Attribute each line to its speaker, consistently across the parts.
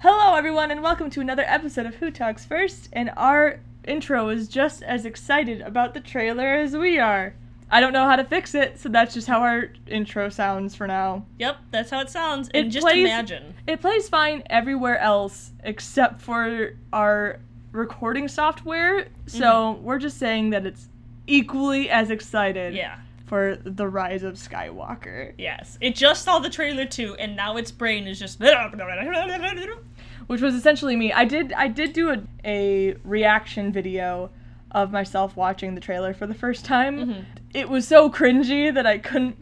Speaker 1: Hello, everyone, and welcome to another episode of Who Talks First. And our intro is just as excited about the trailer as we are. I don't know how to fix it, so that's just how our intro sounds for now.
Speaker 2: Yep, that's how it sounds.
Speaker 1: It
Speaker 2: and just
Speaker 1: plays-
Speaker 2: imagine.
Speaker 1: It plays fine everywhere else except for our recording software, so
Speaker 2: Mm-hmm.
Speaker 1: we're just saying that it's equally as excited
Speaker 2: Yeah.
Speaker 1: for The Rise of Skywalker,
Speaker 2: Yes. It just saw the trailer too, and now its brain is just. Yes.
Speaker 1: which was essentially me. I did I did do a, a reaction video of myself watching the trailer for the first time.
Speaker 2: Mm-hmm.
Speaker 1: It was so cringy that I couldn't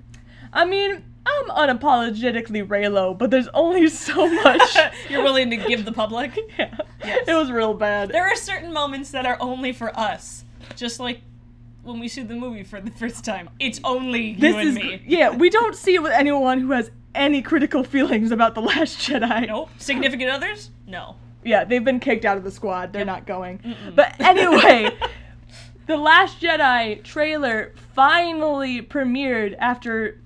Speaker 1: I mean, I'm unapologetically Raylo, but there's only so much.
Speaker 2: You're willing to give the public.
Speaker 1: yeah.
Speaker 2: Yes.
Speaker 1: It was real bad.
Speaker 2: There are certain moments that are only for us. Just like when we see the movie for the first time. It's only you
Speaker 1: this
Speaker 2: and
Speaker 1: is
Speaker 2: me.
Speaker 1: yeah we don't see it with anyone who has any critical feelings about the last jedi
Speaker 2: Nope. Significant others? No.
Speaker 1: yeah they've been kicked out of the squad they're not going but anyway the last jedi trailer finally premiered after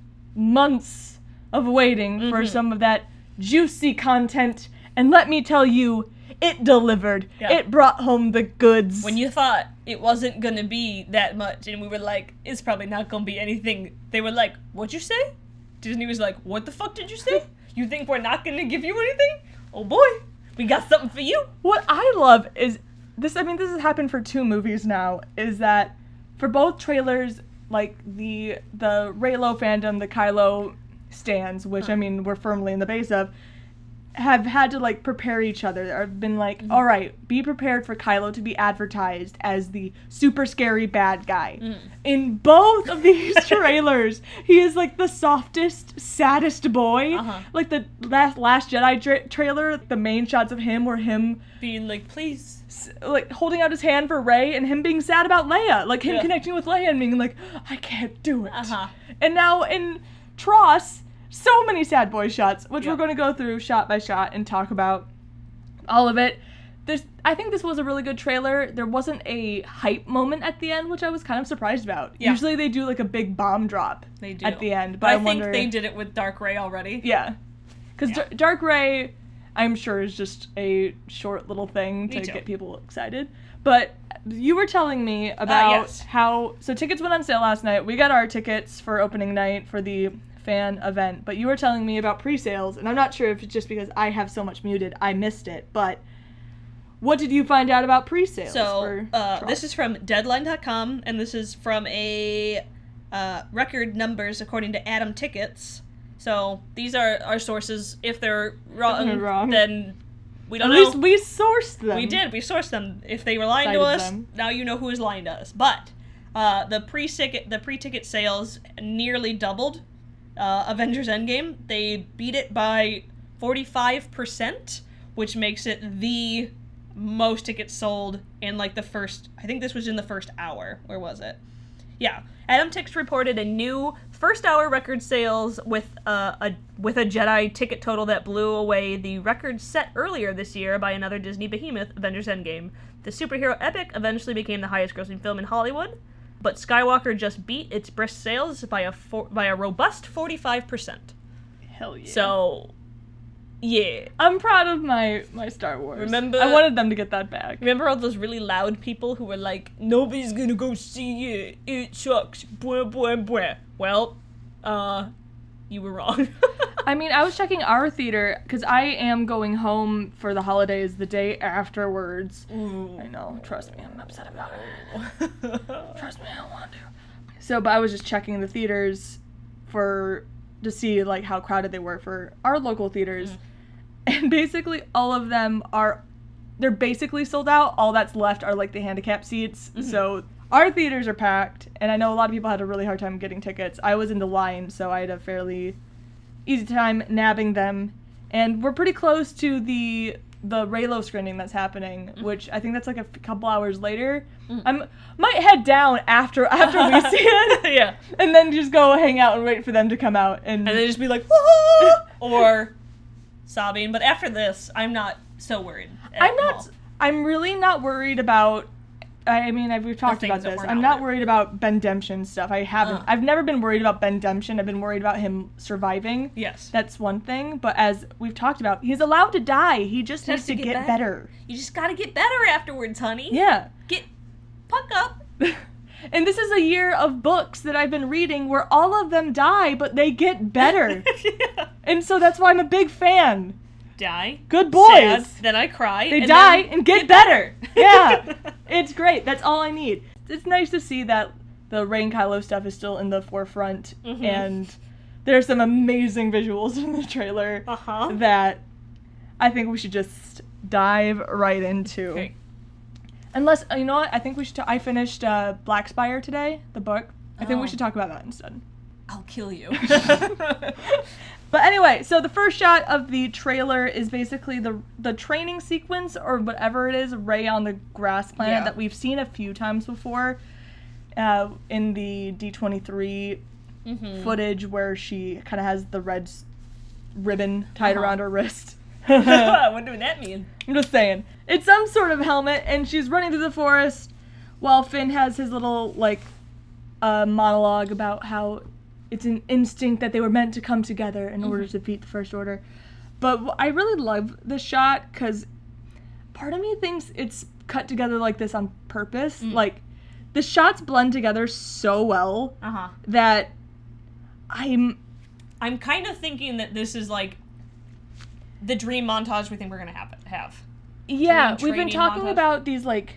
Speaker 1: months of waiting for some of that juicy content and let me tell you it delivered
Speaker 2: Yeah.
Speaker 1: it brought home the goods
Speaker 2: When you thought it wasn't gonna be that much, and we were like, it's probably not gonna be anything, they were like, what'd you say? Disney was like, what the fuck did you say? You think we're not gonna give you anything? Oh boy, we got something for you.
Speaker 1: What I love is this. I mean, this has happened for two movies now. Is that for both trailers, like the the Raylo fandom, the Kylo stands, which I mean we're firmly in the base of, have had to like prepare each other. Or have been like, "All right, be prepared for Kylo to be advertised as the super scary bad guy. In both of these trailers, he is like the softest, saddest boy.
Speaker 2: Uh-huh.
Speaker 1: Like the last Last Jedi tra- trailer, the main shots of him were him
Speaker 2: Being like, please.
Speaker 1: s- like holding out his hand for Ray and him being sad about Leia, like him
Speaker 2: Yeah.
Speaker 1: connecting with Leia and being like, I can't do it.
Speaker 2: Uh-huh.
Speaker 1: And now in Tross, so many sad boy shots, which
Speaker 2: Yeah.
Speaker 1: we're going to go through shot by shot and talk about all of it. There's, I think this was a really good trailer. There wasn't a hype moment at the end, which I was kind of surprised about.
Speaker 2: Yeah.
Speaker 1: Usually they do like a big bomb drop
Speaker 2: They do.
Speaker 1: at the end, but,
Speaker 2: But I,
Speaker 1: I,
Speaker 2: think
Speaker 1: wonder.
Speaker 2: they did it with Dark Ray already.
Speaker 1: Yeah. Because
Speaker 2: Yeah.
Speaker 1: Dark Ray, I'm sure, is just a short little thing
Speaker 2: Me
Speaker 1: to
Speaker 2: too.
Speaker 1: get people excited. But you were telling me about
Speaker 2: Uh, yes.
Speaker 1: how. So tickets went on sale last night. We got our tickets for opening night for the fan event. But you were telling me about pre sales. And I'm not sure if it's just because I have so much muted, I missed it. But what did you find out about pre sales?
Speaker 2: So uh, this is from Deadline.com, and this is from a uh, record numbers according to Adam Tickets. So these are our sources. If they're wrong,
Speaker 1: they're wrong.
Speaker 2: then we
Speaker 1: At
Speaker 2: don't
Speaker 1: least
Speaker 2: know.
Speaker 1: we sourced them.
Speaker 2: We did. We sourced them. If they were lying to
Speaker 1: Cited
Speaker 2: us,
Speaker 1: them.
Speaker 2: now you know who is lying to us. But uh, the pre ticket the pre ticket sales nearly doubled. Uh, Avengers Endgame they beat it by forty five percent, which makes it the most tickets sold in like the first. I think this was in the first hour. Where was it? Yeah, Adam Tix reported a new first-hour record sales with uh, a with a Jedi ticket total that blew away the record set earlier this year by another Disney behemoth, Avengers: Endgame. The superhero epic eventually became the highest-grossing film in Hollywood, but Skywalker just beat its brisk sales by a for- by a robust forty-five percent.
Speaker 1: Hell yeah.
Speaker 2: So, yeah.
Speaker 1: I'm proud of my, my Star Wars.
Speaker 2: Remember-
Speaker 1: I wanted them to get that back.
Speaker 2: Remember all those really loud people who were like, "Nobody's gonna go see it. It sucks." Blah blah blah. Well, uh, you were wrong.
Speaker 1: I mean, I was checking our theater because I am going home for the holidays the day afterwards.
Speaker 2: Mm.
Speaker 1: I know. Trust me, I'm upset about it. Trust me, I don't want to. So, but I was just checking the theaters for to see like how crowded they were for our local theaters, and basically all of them are they're basically sold out. All that's left are like the handicap seats. So our theaters are packed, and I know a lot of people had a really hard time getting tickets. I was in the line, so I had a fairly easy time nabbing them. And we're pretty close to the the Raylo screening that's happening, which I think that's like a f- couple hours later. I'm might head down after after we see it,
Speaker 2: yeah,
Speaker 1: and then just go hang out and wait for them to come out. And,
Speaker 2: and they just be like, "Ah!" or sobbing. But after this, I'm not so worried. at
Speaker 1: I'm
Speaker 2: all.
Speaker 1: not. I'm really not worried about I mean, I've, we've talked about
Speaker 2: things that
Speaker 1: this.
Speaker 2: we're
Speaker 1: I'm
Speaker 2: not
Speaker 1: not worried about Ben Demption stuff. I haven't.
Speaker 2: Uh.
Speaker 1: I've never been worried about Ben Demption. I've been worried about him surviving.
Speaker 2: Yes.
Speaker 1: That's one thing. But as we've talked about, he's allowed to die. He just
Speaker 2: Has
Speaker 1: needs to,
Speaker 2: to get
Speaker 1: get
Speaker 2: back.
Speaker 1: better.
Speaker 2: you just gotta get better afterwards, honey.
Speaker 1: Yeah.
Speaker 2: Get puck up.
Speaker 1: and this is a year of books that I've been reading where all of them die, but they get better.
Speaker 2: yeah.
Speaker 1: and so that's why I'm a big fan.
Speaker 2: Die.
Speaker 1: Good boys.
Speaker 2: Sad, then I cry.
Speaker 1: They
Speaker 2: and
Speaker 1: die
Speaker 2: then-
Speaker 1: and get, better. yeah. It's great. That's all I need. It's nice to see that the Rain Kylo stuff is still in the forefront
Speaker 2: Mhm.
Speaker 1: and there's some amazing visuals in the trailer
Speaker 2: Uh-huh.
Speaker 1: that I think we should just dive right into.
Speaker 2: Okay.
Speaker 1: Unless uh, you know what? I think we should. T- I finished uh, Black Spire today, the book. I think
Speaker 2: Oh.
Speaker 1: we should talk about that instead.
Speaker 2: I'll kill you.
Speaker 1: But anyway, so the first shot of the trailer is basically the the training sequence or whatever it is, Ray on the grass planet
Speaker 2: Yeah.
Speaker 1: that we've seen a few times before, uh, in the D twenty three
Speaker 2: Mhm.
Speaker 1: footage where she kind of has the red s- ribbon tied
Speaker 2: Uh-huh.
Speaker 1: around her wrist.
Speaker 2: what does that mean?
Speaker 1: I'm just saying. It's some sort of helmet, and she's running through the forest while Finn has his little, like, uh, monologue about how it's an instinct that they were meant to come together in order to defeat the First Order. But wh- I really love the shot because part of me thinks it's cut together like this on purpose. Like, the shots blend together so well
Speaker 2: Uh huh.
Speaker 1: that I'm.
Speaker 2: I'm kind of thinking that this is like the dream montage we think we're gonna have. have.
Speaker 1: Yeah,
Speaker 2: Dream
Speaker 1: we've been
Speaker 2: training
Speaker 1: talking
Speaker 2: montage.
Speaker 1: about these like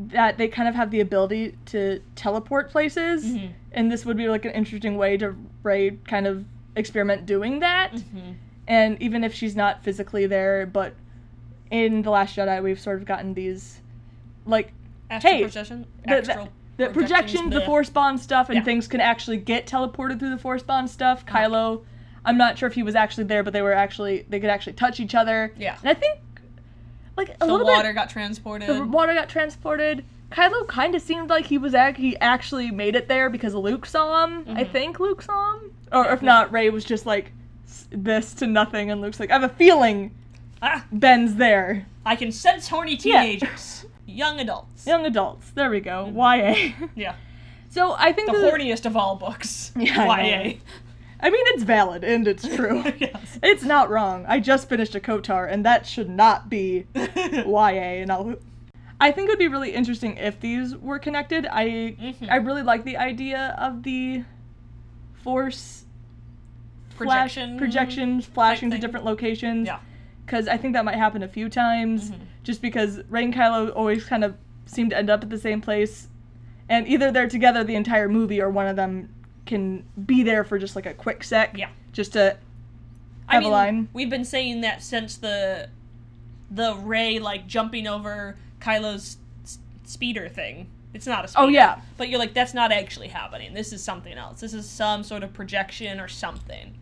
Speaker 1: that they kind of have the ability to teleport places,
Speaker 2: Mm-hmm.
Speaker 1: and this would be like an interesting way to Ray kind of experiment doing that.
Speaker 2: Mm-hmm.
Speaker 1: And even if she's not physically there, but in the Last Jedi, we've sort of gotten these like
Speaker 2: Astral
Speaker 1: Hey,
Speaker 2: projection.
Speaker 1: the,
Speaker 2: Astral
Speaker 1: the, the projections, the
Speaker 2: bleh.
Speaker 1: force bond stuff, and
Speaker 2: Yeah. Uh-huh.
Speaker 1: things can actually get teleported through the force bond stuff. Kylo, I'm not sure if he was actually there, but they were actually they could actually touch each other.
Speaker 2: Yeah.
Speaker 1: and I think like a
Speaker 2: The
Speaker 1: little
Speaker 2: water
Speaker 1: bit
Speaker 2: got transported.
Speaker 1: the water got transported. Kylo kind of seemed like he was ac- he actually made it there because Luke saw him. I think Luke saw him, or if not, Ray was just like s- this to nothing, and Luke's like, I have a feeling
Speaker 2: ah,
Speaker 1: Ben's there.
Speaker 2: I can sense horny
Speaker 1: Yeah.
Speaker 2: teenagers, young adults.
Speaker 1: Young adults, there we go. YA.
Speaker 2: Yeah.
Speaker 1: so I think
Speaker 2: The
Speaker 1: this is-
Speaker 2: horniest of all books.
Speaker 1: Yeah, I
Speaker 2: YA.
Speaker 1: I mean, it's valid and it's true.
Speaker 2: yes.
Speaker 1: It's not wrong. I just finished a Kotar, and that should not be YA. And I'll, I think it would be really interesting if these were connected. I
Speaker 2: Mhm.
Speaker 1: I really like the idea of the force flash-
Speaker 2: projection.
Speaker 1: projections flashing to
Speaker 2: thing.
Speaker 1: different locations.
Speaker 2: Yeah. Mm-hmm.
Speaker 1: Because I think that might happen a few times. Just because Rey and Kylo always kind of seem to end up at the same place, and either they're together the entire movie or one of them can be there for just like a quick sec.
Speaker 2: Yeah.
Speaker 1: Just to
Speaker 2: I mean,
Speaker 1: Eveline.
Speaker 2: we've been saying that since the the Ray like jumping over Kylo's s- speeder thing. It's not a speeder.
Speaker 1: Oh, yeah.
Speaker 2: But you're like, that's not actually happening. This is something else. This is some sort of projection or something.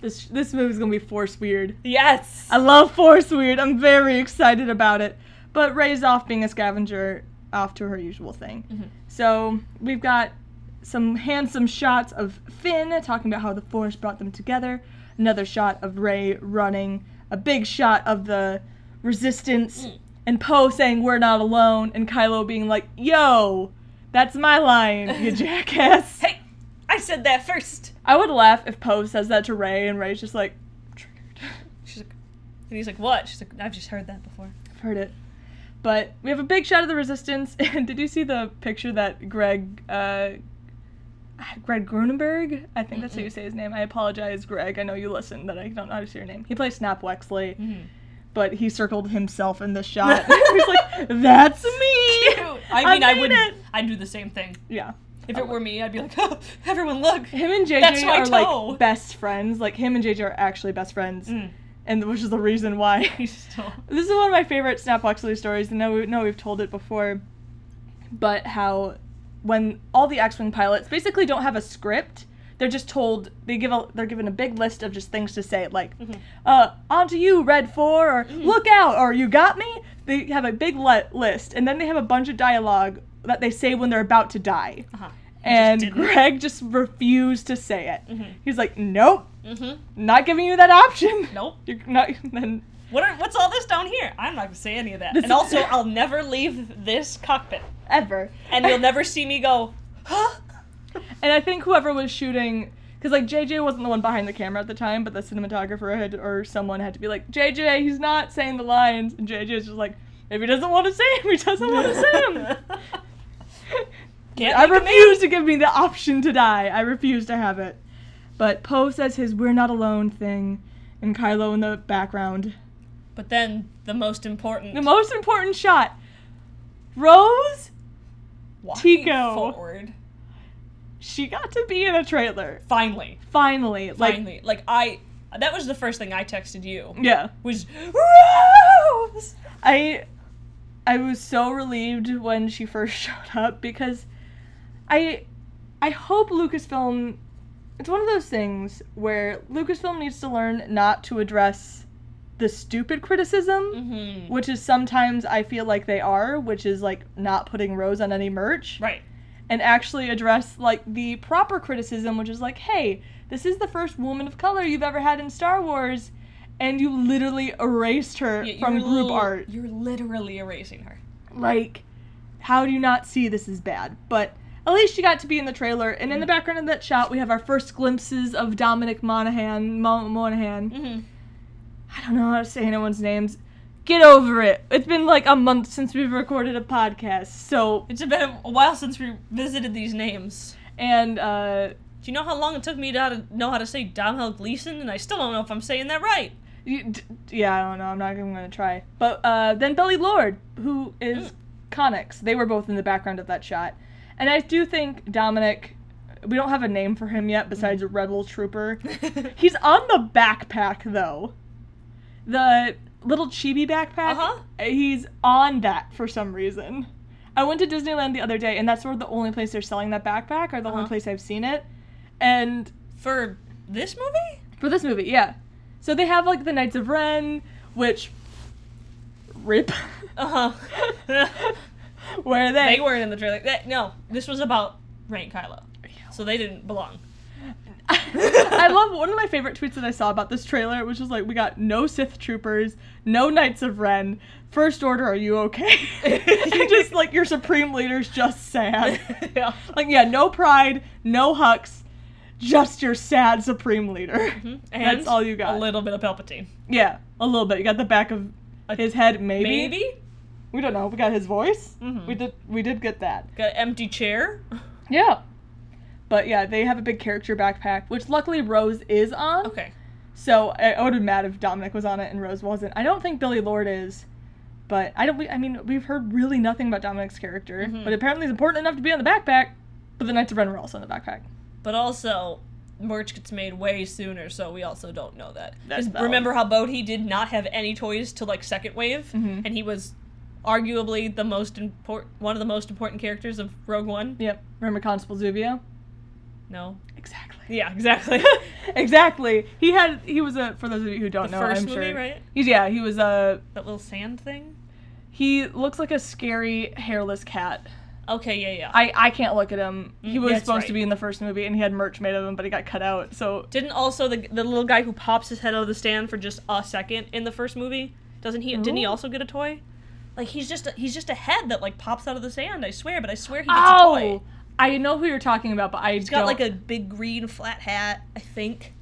Speaker 1: This this movie's gonna be force weird.
Speaker 2: Yes.
Speaker 1: I love force weird. I'm very excited about it. But Ray's off being a scavenger, off to her usual thing. So we've got some handsome shots of Finn talking about how the force brought them together. Another shot of Ray running. A big shot of the resistance. And Poe saying we're not alone. And Kylo being like, "Yo, that's my line, you jackass."
Speaker 2: hey, I said that first.
Speaker 1: I would laugh if Poe says that to Ray, and Ray's just like, triggered.
Speaker 2: She's like, and he's like, what? She's like, I've just heard that before.
Speaker 1: I've heard it. But we have a big shot of the resistance. And did you see the picture that Greg, uh, ah, Greg Grunenberg? I think that's how you say his name. I apologize, Greg. I know you listen, but I don't know how to say your name. He plays Snap Wexley,
Speaker 2: Mm-hmm.
Speaker 1: but he circled himself in the shot. He's like, "That's me."
Speaker 2: I mean, I,
Speaker 1: made
Speaker 2: would.
Speaker 1: Oh, It.
Speaker 2: I'd do the same thing.
Speaker 1: Yeah.
Speaker 2: If it were me, I'd be like, oh, everyone look.
Speaker 1: Him and JJ
Speaker 2: That's my
Speaker 1: are
Speaker 2: toe. Mm.
Speaker 1: like best friends. Like him and JJ are actually best friends, and which is the reason why
Speaker 2: He's still.
Speaker 1: This is one of my favorite Snap Wexley stories, and I know, we, know we've told it before, but how when all the X-wing pilots basically don't have a script, they're just told they give a they're given a big list of just things to say, like
Speaker 2: Mm-hmm.
Speaker 1: uh, "onto you, Red Four, or "look out," or "you got me." They have a big le- list, and then they have a bunch of dialogue that they say when they're about to die.
Speaker 2: Uh-huh.
Speaker 1: and
Speaker 2: didn't.
Speaker 1: Greg just refused to say it. He's like, "Nope,
Speaker 2: Mm-hmm.
Speaker 1: not giving you that option."
Speaker 2: Nope.
Speaker 1: You're not. Then
Speaker 2: What are, what's all this down here? I'm not gonna say any of that. And also, I'll never leave this cockpit,
Speaker 1: Ever.
Speaker 2: and you'll never see me go. Huh?
Speaker 1: And I think whoever was shooting, because like JJ wasn't the one behind the camera at the time, but the cinematographer had or someone had to be like, JJ, he's not saying the lines, and JJ is just like, if he doesn't want to say him, he doesn't want to say him.
Speaker 2: Can't
Speaker 1: I
Speaker 2: make a man.
Speaker 1: refuse to give me the option to die. I refuse to have it. But Poe says his "We're not alone" thing, and Kylo in the background.
Speaker 2: But then the most important.
Speaker 1: The most important shot. Rose,
Speaker 2: walking
Speaker 1: Tico.
Speaker 2: forward.
Speaker 1: she got to be in a trailer
Speaker 2: Finally,
Speaker 1: finally. Like,
Speaker 2: finally, like I. That was the first thing I texted you.
Speaker 1: yeah.
Speaker 2: Was
Speaker 1: Mm-hmm.
Speaker 2: Rose.
Speaker 1: I I was so relieved when she first showed up because I I hope Lucasfilm it's one of those things where Lucasfilm needs to learn not to address the stupid criticism,
Speaker 2: Mm-hmm.
Speaker 1: which is sometimes I feel like they are, which is like not putting Rose on any merch
Speaker 2: Right.
Speaker 1: and actually address like the proper criticism, which is like, hey, this is the first woman of color you've ever had in Star Wars, and you literally erased her
Speaker 2: Yeah,
Speaker 1: from
Speaker 2: you're
Speaker 1: group
Speaker 2: li-
Speaker 1: art.
Speaker 2: You're literally erasing her.
Speaker 1: Like, how do you not see this is bad? But at least she got to be in the trailer, and in
Speaker 2: Mm-hmm.
Speaker 1: the background of that shot, we have our first glimpses of Dominic Monaghan. Mo- Monaghan.
Speaker 2: Mm-hmm.
Speaker 1: I don't know how to say anyone's names. Get over it. It's been like a month since we've recorded a podcast, so
Speaker 2: It's been a while since we visited these names.
Speaker 1: and uh.
Speaker 2: Do you know how long it took me to, how to know how to say Domhnall Gleeson? And I still don't know if I'm saying that right.
Speaker 1: You, d- d- yeah, I don't know. I'm not even going to try. But uh, then Billy Lord, who is
Speaker 2: Mm.
Speaker 1: Connex, they were both in the background of that shot. And I do think Dominic, we don't have a name for him yet besides
Speaker 2: Mm.
Speaker 1: Rebel Trooper. He's on the backpack, though. The little chibi backpack. uh,
Speaker 2: Uh-huh.
Speaker 1: He's on that for some reason. I went to Disneyland the other day, and that's sort of the only place they're selling that backpack, or the only
Speaker 2: Uh-huh.
Speaker 1: place I've seen it. And
Speaker 2: For this movie?
Speaker 1: for this movie, yeah. So they have like the Knights of Ren, which rip,
Speaker 2: Uh huh.
Speaker 1: where they,
Speaker 2: they weren't in the trailer. That- no, this was about Rank Kylo. So they didn't belong.
Speaker 1: I love one of my favorite tweets that I saw about this trailer, which was like, "We got no Sith troopers, no Knights of Ren. First Order, are you okay?" and just like your supreme leader's just sad.
Speaker 2: yeah.
Speaker 1: like yeah, no pride, no Hux, just your sad supreme leader.
Speaker 2: And
Speaker 1: That's all you got.
Speaker 2: A little bit of Palpatine.
Speaker 1: Yeah, a little bit. You got the back of
Speaker 2: A-
Speaker 1: his head, maybe.
Speaker 2: Maybe?
Speaker 1: We don't know. We got his voice.
Speaker 2: Mhm.
Speaker 1: We did. We did get that.
Speaker 2: Got an empty chair.
Speaker 1: Yeah. But yeah, they have a big character backpack, which luckily Rose is on.
Speaker 2: Okay.
Speaker 1: So I, I would have mad if Dominic was on it and Rose wasn't. I don't think Billy Lord is, but I don't. We, I mean, we've heard really nothing about Dominic's character,
Speaker 2: Mhm.
Speaker 1: but apparently he's important enough to be on the backpack. But the Knights of Ren were also on the backpack.
Speaker 2: But also, merch gets made way sooner, so we also don't know that.
Speaker 1: That's
Speaker 2: 'Cause
Speaker 1: valid.
Speaker 2: remember how Bodhi did not have any toys till like second wave,
Speaker 1: Mhm.
Speaker 2: and he was arguably the most important, one of the most important characters of Rogue One.
Speaker 1: Yep. Remember Constable Zuvio?
Speaker 2: No.
Speaker 1: Exactly.
Speaker 2: Yeah, exactly.
Speaker 1: Exactly. He had. He was a. For those of you who don't
Speaker 2: the
Speaker 1: know,
Speaker 2: 1st
Speaker 1: I'm
Speaker 2: movie,
Speaker 1: sure.
Speaker 2: right?
Speaker 1: He's yeah. He was a.
Speaker 2: That little sand thing.
Speaker 1: He looks like a scary hairless cat.
Speaker 2: Okay, yeah, yeah.
Speaker 1: I, I can't look at him. He
Speaker 2: Mm,
Speaker 1: was
Speaker 2: that's
Speaker 1: supposed to
Speaker 2: right.
Speaker 1: be in the first movie, and he had merch made of him, but he got cut out. So
Speaker 2: Didn't also the the little guy who pops his head out of the stand for just a second in the first movie? Doesn't he? Didn't he
Speaker 1: Ooh.
Speaker 2: also get a toy? Like he's just a, he's just a head that like pops out of the sand. I swear, but I swear he gets a toy.
Speaker 1: oh, I know who you're talking about, but I
Speaker 2: He's got
Speaker 1: don't-
Speaker 2: like a big green flat hat. I think.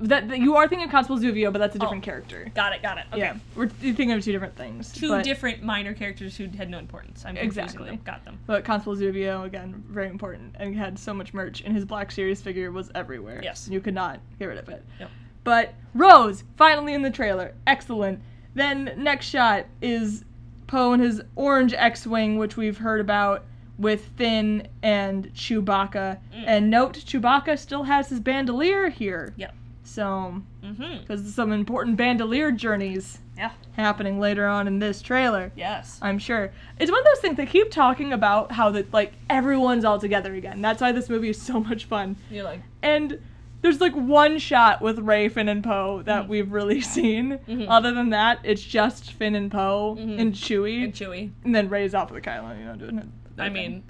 Speaker 1: that, that- you are thinking of Constable Zuvio, but that's a different
Speaker 2: Oh.
Speaker 1: character.
Speaker 2: Got it. Got it. Okay.
Speaker 1: Yeah, we're thinking of two different things.
Speaker 2: Two
Speaker 1: but,
Speaker 2: different minor characters who had no importance. I'm confusing
Speaker 1: Exactly.
Speaker 2: Them. Got them.
Speaker 1: But Constable Zuvio again, very important, and he had so much merch, and his Black Series figure was everywhere.
Speaker 2: Yes.
Speaker 1: you could not get rid of it.
Speaker 2: Yep.
Speaker 1: But Rose finally in the trailer, excellent. Then next shot is Poe in his orange X-wing, which we've heard about with Finn and Chewbacca.
Speaker 2: Mm.
Speaker 1: And note, Chewbacca still has his bandolier here,
Speaker 2: Yep.
Speaker 1: so
Speaker 2: Mm-hmm.
Speaker 1: because some important bandolier journeys
Speaker 2: Yeah.
Speaker 1: happening later on in this trailer.
Speaker 2: Yes.
Speaker 1: I'm sure. It's one of those things they keep talking about how that like everyone's all together again. That's why this movie is so much fun.
Speaker 2: You're like.
Speaker 1: And there's like one shot with Ray, Finn, and Poe that we've really seen.
Speaker 2: Mhm.
Speaker 1: Other than that, it's just Finn and Poe
Speaker 2: Mhm.
Speaker 1: and Chewie,
Speaker 2: And
Speaker 1: and,
Speaker 2: Chewy.
Speaker 1: then Ray's off with Kylo, you know, doing it.
Speaker 2: I mean,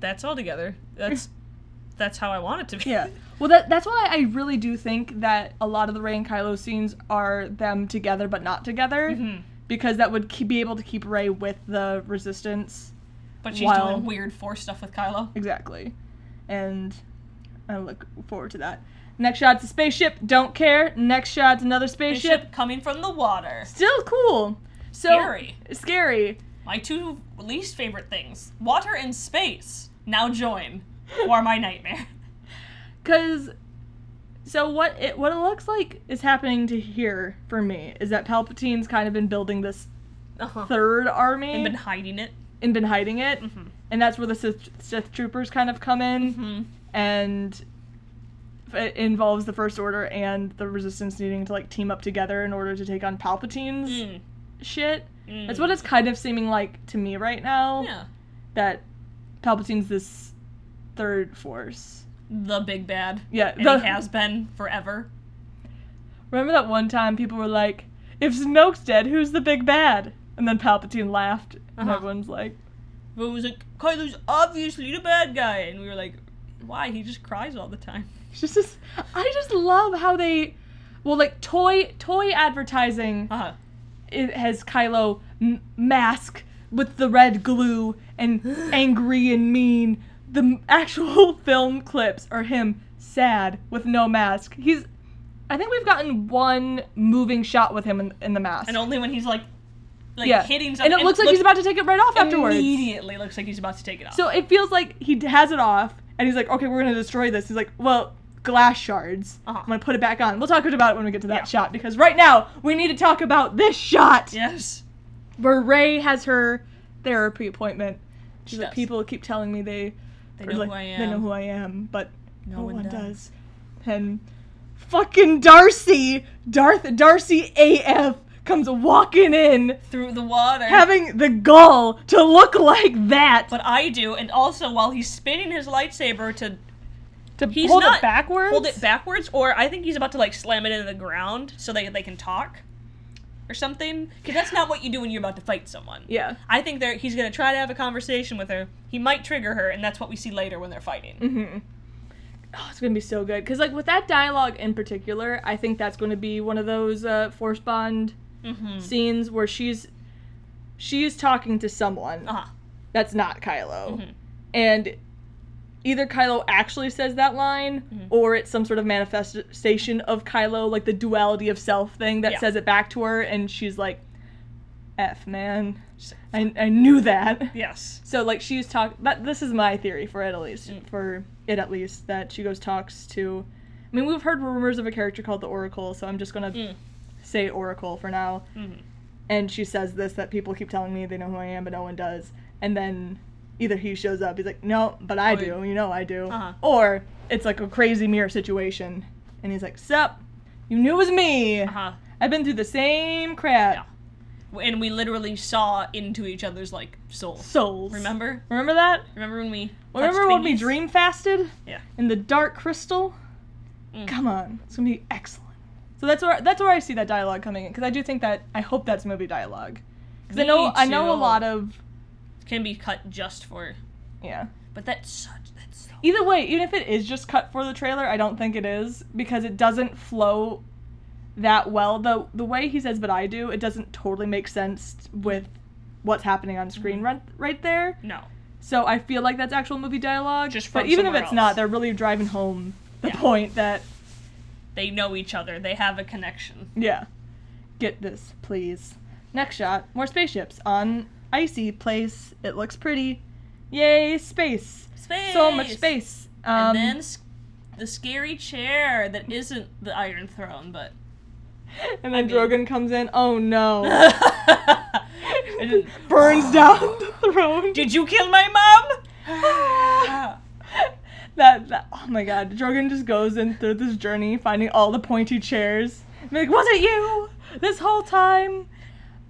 Speaker 2: that's all together. That's that's how I want it to be.
Speaker 1: Yeah. Well, that that's why I really do think that a lot of the Ray and Kylo scenes are them together but not together, because that would keep, be able to keep Ray with the Resistance
Speaker 2: But she's
Speaker 1: Wow.
Speaker 2: doing weird force stuff with Kylo.
Speaker 1: exactly, and I look forward to that. Next shot's a spaceship. Don't care. Next shot's another spaceship.
Speaker 2: Bishop coming from the water.
Speaker 1: Still cool. So
Speaker 2: Scary.
Speaker 1: Scary.
Speaker 2: My two least favorite things, water and space, now join, or my nightmare.
Speaker 1: Cause so what it what it looks like is happening to here for me is that Palpatine's kind of been building this
Speaker 2: Uh-huh.
Speaker 1: third army
Speaker 2: I've been hiding it.
Speaker 1: and been hiding it,
Speaker 2: Mhm.
Speaker 1: and that's where the Sith, Sith troopers kind of come in,
Speaker 2: Mhm.
Speaker 1: and it involves the First Order and the Resistance needing to like team up together in order to take on Palpatine's
Speaker 2: Mm.
Speaker 1: shit.
Speaker 2: Mm.
Speaker 1: That's what it's kind of seeming like to me right now.
Speaker 2: Yeah.
Speaker 1: That Palpatine's this third force.
Speaker 2: The big bad.
Speaker 1: Yeah,
Speaker 2: And
Speaker 1: the-
Speaker 2: he has been forever.
Speaker 1: Remember that one time people were like, if Snoke's dead, who's the big bad? And then Palpatine laughed, and
Speaker 2: Uh-huh.
Speaker 1: everyone's like,
Speaker 2: But it was like, Kylo's obviously the bad guy. And we were like, why? He just cries all the time.
Speaker 1: it's just, this- I just love how they, well, like toy toy advertising
Speaker 2: Uh-huh.
Speaker 1: it has Kylo m- mask with the red glue and angry and mean. The m- actual film clips are him sad with no mask. He's, I think we've gotten one moving shot with him in, in the mask.
Speaker 2: And only when he's like, like
Speaker 1: yeah,
Speaker 2: hitting something.
Speaker 1: and it looks like he's about to take it right off afterwards.
Speaker 2: Immediately looks like he's about to take it off.
Speaker 1: So it feels like he d- has it off, and he's like, "Okay, we're gonna destroy this." He's like, "Well, glass shards.
Speaker 2: Uh-huh.
Speaker 1: I'm gonna put it back on. We'll talk about it when we get to that
Speaker 2: Yeah.
Speaker 1: shot because right now we need to talk about this shot
Speaker 2: yes.
Speaker 1: where Ray has her therapy appointment. She's like,
Speaker 2: does.
Speaker 1: "People keep telling me they,
Speaker 2: They
Speaker 1: or
Speaker 2: know
Speaker 1: like,
Speaker 2: who I am.
Speaker 1: They know who I am, but no, one, does.
Speaker 2: does.
Speaker 1: And fucking Darcy, Darth Darcy AF comes walking in,
Speaker 2: Through the water.
Speaker 1: having the gall to look like that.
Speaker 2: but I do, and also while he's spinning his lightsaber to
Speaker 1: to
Speaker 2: he's
Speaker 1: hold
Speaker 2: not-
Speaker 1: it backwards.
Speaker 2: hold it backwards, or I think he's about to like slam it into the ground so they they can talk, or something. Because that's not what you do when you're about to fight someone.
Speaker 1: Yeah.
Speaker 2: I think they're he's gonna try to have a conversation with her. He might trigger her, and that's what we see later when they're fighting.
Speaker 1: Mm-hmm. Oh, it's gonna be so good. Cause like with that dialogue in particular, I think that's gonna be one of those uh, force bond
Speaker 2: Mm-hmm.
Speaker 1: scenes where she's she's talking to someone
Speaker 2: Uh huh.
Speaker 1: that's not Kylo,
Speaker 2: Mhm.
Speaker 1: and either Kylo actually says that line, or it's some sort of manifestation of Kylo, like the duality of self thing that
Speaker 2: Yeah.
Speaker 1: says it back to her, and she's like, "F man, I I knew that."
Speaker 2: Yes.
Speaker 1: So like she's talk. That, this is my theory for it at least.
Speaker 2: Mm.
Speaker 1: For it at least that she goes talks to. I mean, we've heard rumors of a character called the Oracle, so I'm just gonna
Speaker 2: Mm.
Speaker 1: say Oracle for now.
Speaker 2: Mhm.
Speaker 1: And she says this that people keep telling me they know who I am, but no one does. And then either he shows up, he's like, no, but I
Speaker 2: Or-
Speaker 1: do. You know I do.
Speaker 2: Oh, Uh-huh.
Speaker 1: Or it's like a crazy mirror situation, and he's like, sup, you knew it was me.
Speaker 2: Uh huh.
Speaker 1: I've been through the same crap.
Speaker 2: Yeah. And we literally saw into each other's like souls.
Speaker 1: Souls.
Speaker 2: Remember?
Speaker 1: Remember that?
Speaker 2: Remember when we?
Speaker 1: Remember
Speaker 2: touched
Speaker 1: when we
Speaker 2: fingers?
Speaker 1: dream fasted?
Speaker 2: Yeah.
Speaker 1: in the dark crystal.
Speaker 2: Mm.
Speaker 1: Come on, it's gonna be excellent. So that's where that's where I see that dialogue coming in because I do think that I hope that's movie dialogue because I
Speaker 2: Me
Speaker 1: know I know a
Speaker 2: too.
Speaker 1: lot of
Speaker 2: Can be cut just for.
Speaker 1: yeah.
Speaker 2: But that's such. That's so.
Speaker 1: Either way, even if it is just cut for the trailer, I don't think it is because it doesn't flow that well. The the way he says "but I do," it doesn't totally make sense with what's happening on
Speaker 2: Mm-hmm.
Speaker 1: screen right, right there.
Speaker 2: No.
Speaker 1: So I feel like that's actual movie dialogue.
Speaker 2: Just
Speaker 1: but
Speaker 2: from
Speaker 1: even if
Speaker 2: somewhere
Speaker 1: it's not,
Speaker 2: else.
Speaker 1: they're really driving home the
Speaker 2: Yeah.
Speaker 1: point that
Speaker 2: They know each other. They have a connection.
Speaker 1: Yeah. Get this, please. Next shot, more spaceships on icy place. It looks pretty. Yay, space.
Speaker 2: Space.
Speaker 1: So much space. Um,
Speaker 2: and then s- the scary chair that isn't the Iron Throne, but
Speaker 1: and then
Speaker 2: I mean-
Speaker 1: Drogon comes in. Oh no.
Speaker 2: And then,
Speaker 1: Burns down the throne.
Speaker 2: did you kill my mom?
Speaker 1: that, that oh my god. Drogon just goes in through this journey finding all the pointy chairs. And be like, was it you this whole time?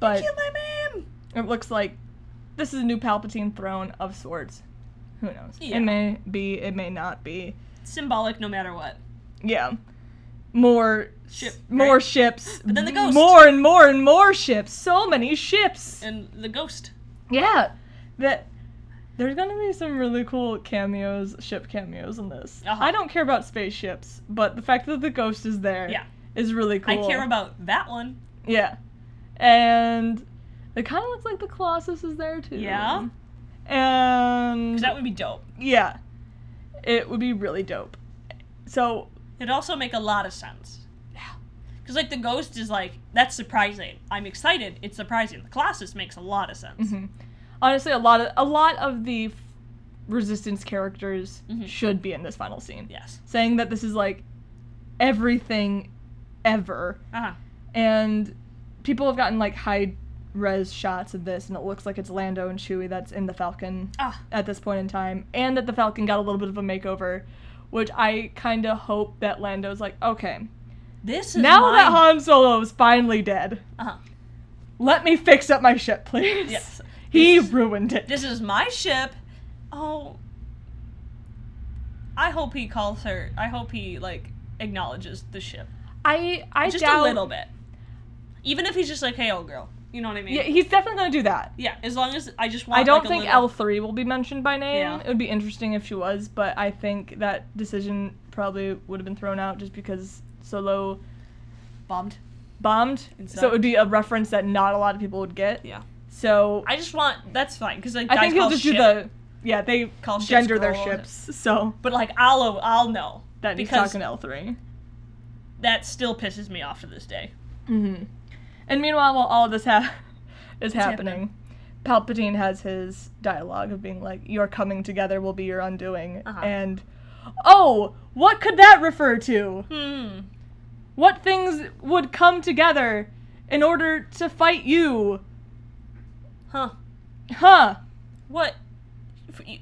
Speaker 1: But
Speaker 2: kill my mom.
Speaker 1: It looks like this is a new Palpatine throne of sorts. Who knows?
Speaker 2: Yeah.
Speaker 1: It may be, it may not be.
Speaker 2: Symbolic, no matter what.
Speaker 1: Yeah. More
Speaker 2: Ship,
Speaker 1: s- more
Speaker 2: right?
Speaker 1: ships.
Speaker 2: But then the ghost.
Speaker 1: More and more and more ships. So many ships.
Speaker 2: And the ghost.
Speaker 1: Yeah. That There's gonna be some really cool cameos, ship cameos in this.
Speaker 2: Uh-huh.
Speaker 1: I don't care about spaceships, but the fact that the ghost is there is
Speaker 2: Yeah.
Speaker 1: really cool.
Speaker 2: I care about that one.
Speaker 1: Yeah. And it kind of looks like the Colossus is there too.
Speaker 2: Yeah.
Speaker 1: And
Speaker 2: Because that would be dope.
Speaker 1: yeah, it would be really dope. So
Speaker 2: It'd also make a lot of sense. Because, like, the ghost is like, that's surprising. I'm excited. It's surprising. The Colossus makes a lot of sense.
Speaker 1: mhm. honestly, a lot of a lot of the f- resistance characters
Speaker 2: Mhm.
Speaker 1: should be in this final scene.
Speaker 2: Yes.
Speaker 1: Saying that this is like everything ever,
Speaker 2: Uh-huh.
Speaker 1: and people have gotten like high res shots of this, and it looks like it's Lando and Chewie that's in the Falcon.
Speaker 2: Ah,
Speaker 1: at this point in time, and that the Falcon got a little bit of a makeover, which I kind of hope that Lando's like, okay,
Speaker 2: this is
Speaker 1: now
Speaker 2: my...
Speaker 1: that Han Solo is finally dead,
Speaker 2: uh-huh.
Speaker 1: let me fix up my ship, please.
Speaker 2: Yes.
Speaker 1: He
Speaker 2: This-
Speaker 1: ruined it.
Speaker 2: This is my ship. Oh. I hope he calls her. I hope he, like, acknowledges the ship.
Speaker 1: I I
Speaker 2: just
Speaker 1: doubt,
Speaker 2: a little bit. Even if he's just like, hey, old girl. You know what I mean?
Speaker 1: Yeah, he's definitely gonna do that.
Speaker 2: Yeah, as long as I just want.
Speaker 1: I don't
Speaker 2: like, a
Speaker 1: think
Speaker 2: little-
Speaker 1: L three will be mentioned by name.
Speaker 2: Yeah.
Speaker 1: It would be interesting if she was, but I think that decision probably would have been thrown out just because Solo
Speaker 2: bombed.
Speaker 1: bombed.
Speaker 2: And
Speaker 1: So it would
Speaker 2: sucked.
Speaker 1: be a reference that not a lot of people would get.
Speaker 2: Yeah,
Speaker 1: So
Speaker 2: I just want that's fine because like
Speaker 1: I
Speaker 2: guys
Speaker 1: think he'll
Speaker 2: call
Speaker 1: just
Speaker 2: ship,
Speaker 1: do the yeah they
Speaker 2: Call ships
Speaker 1: gender their
Speaker 2: girl.
Speaker 1: ships, so
Speaker 2: But like I'll I'll know
Speaker 1: that means
Speaker 2: because
Speaker 1: talking L three.
Speaker 2: that still pisses me off to this day.
Speaker 1: Mm-hmm. And meanwhile, while all of this ha- is happening,
Speaker 2: happening.
Speaker 1: Palpatine has his dialogue of being like, "Your coming together will be your undoing,"
Speaker 2: Uh-huh.
Speaker 1: and oh, what could that refer to?
Speaker 2: Hmm.
Speaker 1: What things would come together in order to fight you?
Speaker 2: Huh.
Speaker 1: Huh?
Speaker 2: What? F- you-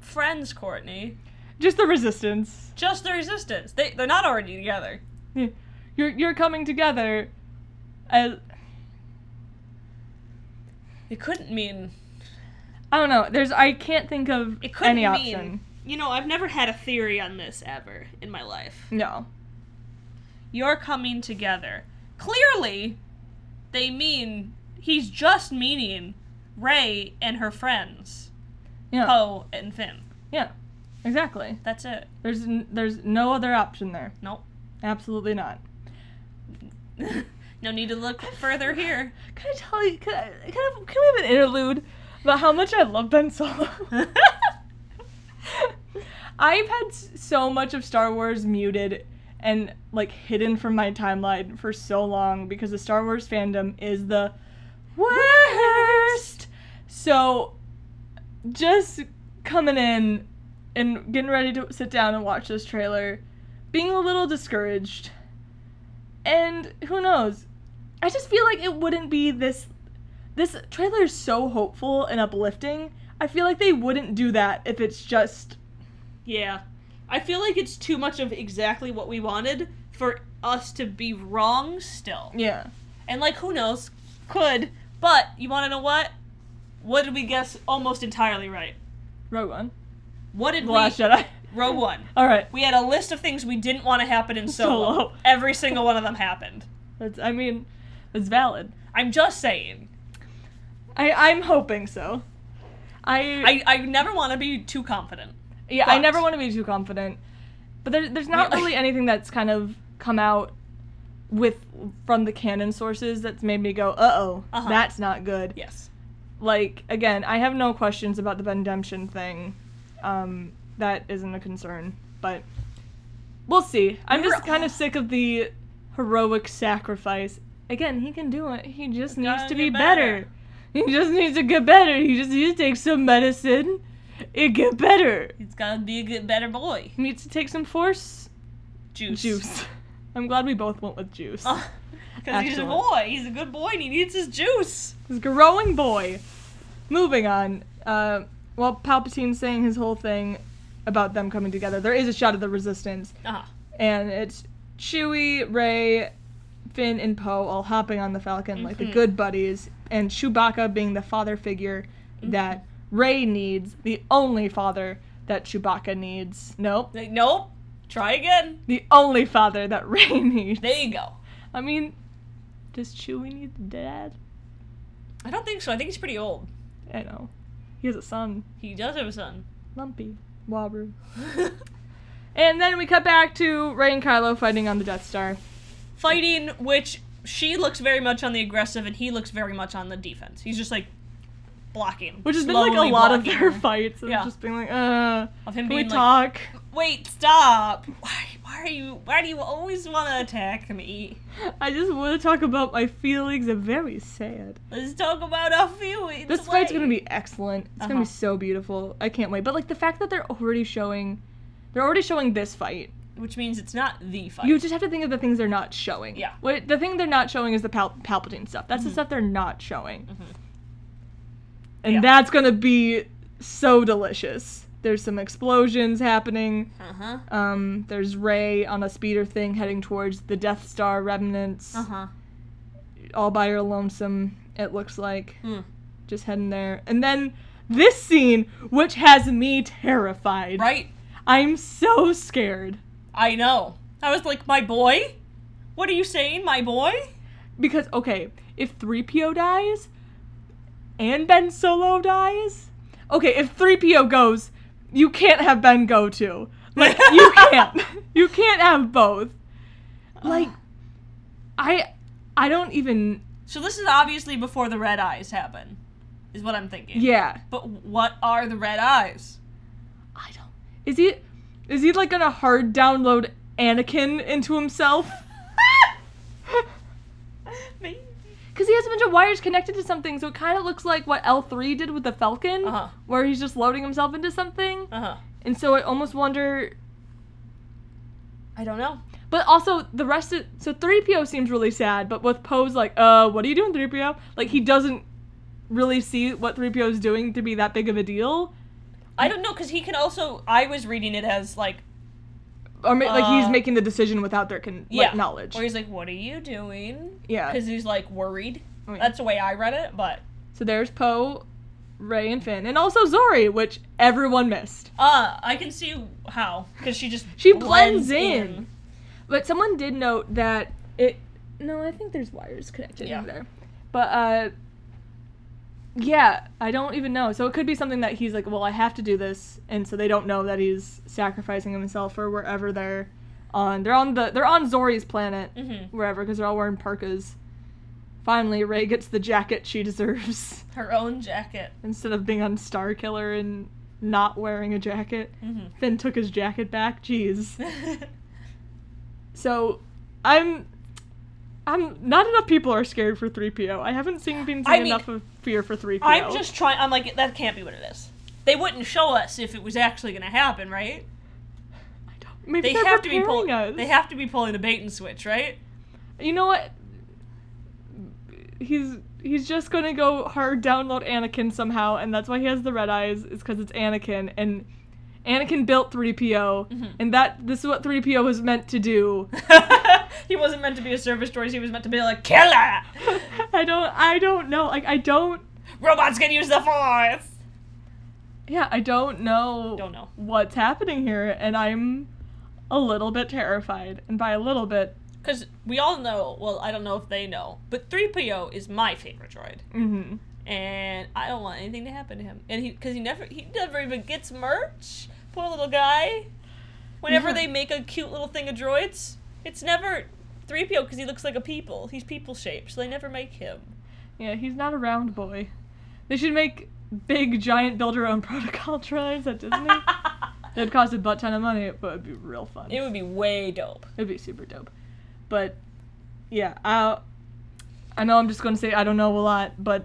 Speaker 2: Friends, Courtney.
Speaker 1: Just the resistance.
Speaker 2: Just the resistance. They they're not already together.
Speaker 1: You're you're coming together as
Speaker 2: It couldn't mean.
Speaker 1: I don't know. There's I can't think of
Speaker 2: It couldn't
Speaker 1: any
Speaker 2: mean.
Speaker 1: option.
Speaker 2: You know, I've never had a theory on this ever in my life.
Speaker 1: No.
Speaker 2: you're coming together. Clearly, they mean he's just meaning Ray and her friends,
Speaker 1: Yeah.
Speaker 2: Poe and Finn.
Speaker 1: Yeah. Exactly.
Speaker 2: That's it.
Speaker 1: There's n- there's no other option there.
Speaker 2: Nope.
Speaker 1: Absolutely not.
Speaker 2: no need to look further here.
Speaker 1: Can I tell you? Can, I, can, I, can we have an interlude about how much I love Ben Solo? I've had s- so much of Star Wars muted and like hidden from my timeline for so long because the Star Wars fandom is the worst. So just coming in and getting ready to sit down and watch this trailer, being a little discouraged. And who knows? I just feel like it wouldn't be this this trailer is so hopeful and uplifting. I feel like they wouldn't do that if it's just
Speaker 2: Yeah. I feel like it's too much of exactly what we wanted for us to be wrong still.
Speaker 1: yeah.
Speaker 2: And like who knows? Could. But you want to know what? What did we guess almost entirely right?
Speaker 1: Rogue One.
Speaker 2: What did
Speaker 1: The Last
Speaker 2: we
Speaker 1: Jedi.
Speaker 2: Row 1.
Speaker 1: All right.
Speaker 2: We had a list of things we didn't want to happen in solo.
Speaker 1: Solo.
Speaker 2: Every single one of them happened.
Speaker 1: That's I mean, it's valid.
Speaker 2: I'm just saying.
Speaker 1: I I'm hoping so. I,
Speaker 2: I, I never want to be too confident.
Speaker 1: yeah, I
Speaker 2: but-
Speaker 1: never want to be too confident. But there, there's not
Speaker 2: Yeah.
Speaker 1: really anything that's kind of come out with from the canon sources that's made me go, "Uh-oh,
Speaker 2: Uh-huh.
Speaker 1: that's not good."
Speaker 2: Yes.
Speaker 1: like again, I have no questions about the redemption thing. Um, that isn't a concern, but we'll see. I'm
Speaker 2: We're
Speaker 1: just kind
Speaker 2: all-
Speaker 1: of sick of the heroic sacrifice. Again, he can do it. He just needs
Speaker 2: gotta
Speaker 1: to
Speaker 2: get
Speaker 1: be better. He just needs to get better. He just needs to take some medicine. It get better.
Speaker 2: He's got to be a good, better boy.
Speaker 1: He needs to take some force
Speaker 2: Juice.
Speaker 1: juice. I'm glad we both went with juice.
Speaker 2: Oh. Because he's a
Speaker 1: Excellent.
Speaker 2: boy. He's a good boy and he needs his juice.
Speaker 1: This growing boy. Moving on. Uh, while Palpatine's saying his whole thing about them coming together, there is a shot of the Resistance,
Speaker 2: Uh-huh.
Speaker 1: and it's Chewie, Ray, Finn, and Poe all hopping on the Falcon like the
Speaker 2: Mhm.
Speaker 1: good buddies, and Chewbacca being the father figure that Ray needs, the only father that Chewbacca needs. Nope,
Speaker 2: Like, nope. Try again.
Speaker 1: the only father that Ray needs.
Speaker 2: There you go.
Speaker 1: I mean, does Chewie need a dad?
Speaker 2: I don't think so. I think he's pretty old.
Speaker 1: I know. He has a son,
Speaker 2: He does have a son.
Speaker 1: Lumpy Wabru. And then we cut back to Rey and Kylo fighting on the Death Star.
Speaker 2: Fighting, which she looks very much on the aggressive and he looks very much on the defense. He's just like blocking.
Speaker 1: Which has been like a lot of their
Speaker 2: fight.
Speaker 1: fights. And
Speaker 2: Yeah.
Speaker 1: just being like, uh,
Speaker 2: Of him
Speaker 1: can we
Speaker 2: being like,
Speaker 1: talk?
Speaker 2: Wait, stop! Why, why are you? Why do you always want to attack me?
Speaker 1: I just want to talk about my feelings. I'm very sad.
Speaker 2: Let's talk about our feelings.
Speaker 1: This fight's gonna be excellent. It's gonna
Speaker 2: Uh-huh.
Speaker 1: be so beautiful. I can't wait. But like the fact that they're already showing, they're already showing this fight.
Speaker 2: which means it's not the fight.
Speaker 1: You just have to think of the things they're not showing.
Speaker 2: Yeah. Mm-hmm.
Speaker 1: What the thing they're not showing is the Pal- Palpatine stuff. That's the stuff they're not showing. And
Speaker 2: Yeah.
Speaker 1: that's gonna be so delicious. There's some explosions happening.
Speaker 2: uh huh.
Speaker 1: Um, there's Rey on a speeder thing heading towards the Death Star remnants,
Speaker 2: Uh huh.
Speaker 1: all by her lonesome. It looks like
Speaker 2: Hmm.
Speaker 1: just heading there, and then this scene, which has me terrified.
Speaker 2: Right.
Speaker 1: I'm so scared
Speaker 2: I know. I was like, my boy. What are you saying, my boy?
Speaker 1: because okay, if three PO dies, and Ben Solo dies, okay, if three PO goes, you can't have Ben go too. Like you can't, you can't have both. Like, I, I don't even.
Speaker 2: So this is obviously before the red eyes happen, is what I'm thinking.
Speaker 1: Yeah,
Speaker 2: But what are the red eyes?
Speaker 1: I don't. Is he, is he like gonna hard download Anakin into himself?
Speaker 2: Maybe.
Speaker 1: Because he has a bunch of wires connected to something, so it kind of looks like what L3 did with the Falcon,
Speaker 2: Uh-huh.
Speaker 1: where he's just loading himself into something.
Speaker 2: Uh huh.
Speaker 1: And so I almost wonder.
Speaker 2: I don't know.
Speaker 1: But also, the rest of. So 3PO seems really sad, but with Poe's like, uh, what are you doing, 3PO? Like, he doesn't really see what 3PO is doing to be that big of a deal.
Speaker 2: I don't know because he can also. I was reading it as like,
Speaker 1: Or ma- like, he's
Speaker 2: Uh,
Speaker 1: making the decision without their con-
Speaker 2: yeah,
Speaker 1: like, knowledge. Uh,
Speaker 2: Where he's like, "What are you doing?"
Speaker 1: Yeah.
Speaker 2: because he's like worried.
Speaker 1: Oh, yeah.
Speaker 2: That's the way I read it, but
Speaker 1: So there's Poe, Ray, and Finn. And also Zori, which everyone missed.
Speaker 2: uh, I can see how because she just
Speaker 1: She blends in. But someone did note that it. No, I think there's wires connected
Speaker 2: Yeah.
Speaker 1: in there. But uh, yeah, I don't even know. So it could be something that he's like, well, I have to do this, and so they don't know that he's sacrificing himself or wherever they're on. They're on the they're on Zori's planet,
Speaker 2: Mhm.
Speaker 1: wherever, because they're all wearing parkas. Finally, Ray gets the jacket she deserves
Speaker 2: her own jacket.
Speaker 1: instead of being on Star Killer and not wearing a jacket.
Speaker 2: Mhm.
Speaker 1: Finn took his jacket back. Jeez. So, I'm. I'm not enough people are scared for 3PO. I haven't seen been seeing
Speaker 2: I mean,
Speaker 1: enough of fear for 3PO.
Speaker 2: I'm just trying. I'm like, that can't be what it is. They wouldn't show us if it was actually going to happen, right?
Speaker 1: I don't- maybe
Speaker 2: They
Speaker 1: they're
Speaker 2: have to be
Speaker 1: preparing
Speaker 2: pulling.
Speaker 1: us.
Speaker 2: They have to be pulling a bait and switch, right?
Speaker 1: You know what? He's he's just gonna go hard download Anakin somehow, and that's why he has the red eyes. Is because it's Anakin, and Anakin built 3PO,
Speaker 2: Mm-hmm.
Speaker 1: and that this is what 3PO was meant to do.
Speaker 2: he wasn't meant to be a service droid. He was meant to be like killer.
Speaker 1: I don't I don't know. Like I don't.
Speaker 2: Robots can use the force.
Speaker 1: Yeah, I don't know.
Speaker 2: Don't know.
Speaker 1: what's happening here, and I'm a little bit terrified. And by a little bit,
Speaker 2: Because we all know, well, I don't know if they know, but 3PO is my favorite droid.
Speaker 1: mm-hmm.
Speaker 2: And I don't want anything to happen to him. And he, because he never, he never even gets merch. Poor little guy. Whenever
Speaker 1: Yeah.
Speaker 2: they make a cute little thing of droids, it's never 3PO because he looks like a people. He's people shaped, so they never make him.
Speaker 1: yeah, he's not a round boy. They should make big, giant build-your-own protocol droids at Disney. That'd cost a butt ton of money, but it'd be real fun.
Speaker 2: it
Speaker 1: It
Speaker 2: would be way dope.
Speaker 1: would be super dope. But yeah, I I know I'm just gonna say I don't know a lot, but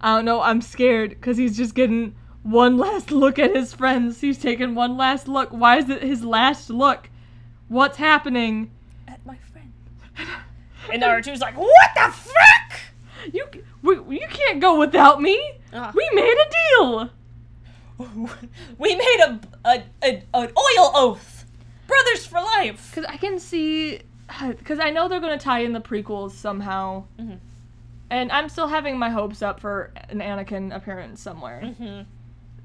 Speaker 1: I don't know. I'm scared because he's just getting one last look at his friends. He's taking one last look. Why is it his last look? What's happening?
Speaker 2: At my friend. And R2's like, what the frick?
Speaker 1: You c- we, you can't go without me.
Speaker 2: Ah.
Speaker 1: We made a deal.
Speaker 2: we made a, a, a an oil oath. Brothers for life.
Speaker 1: Cause I can see, cause I know they're gonna tie in the prequels somehow,
Speaker 2: Mhm.
Speaker 1: and I'm still having my hopes up for an Anakin appearance somewhere.
Speaker 2: Mhm.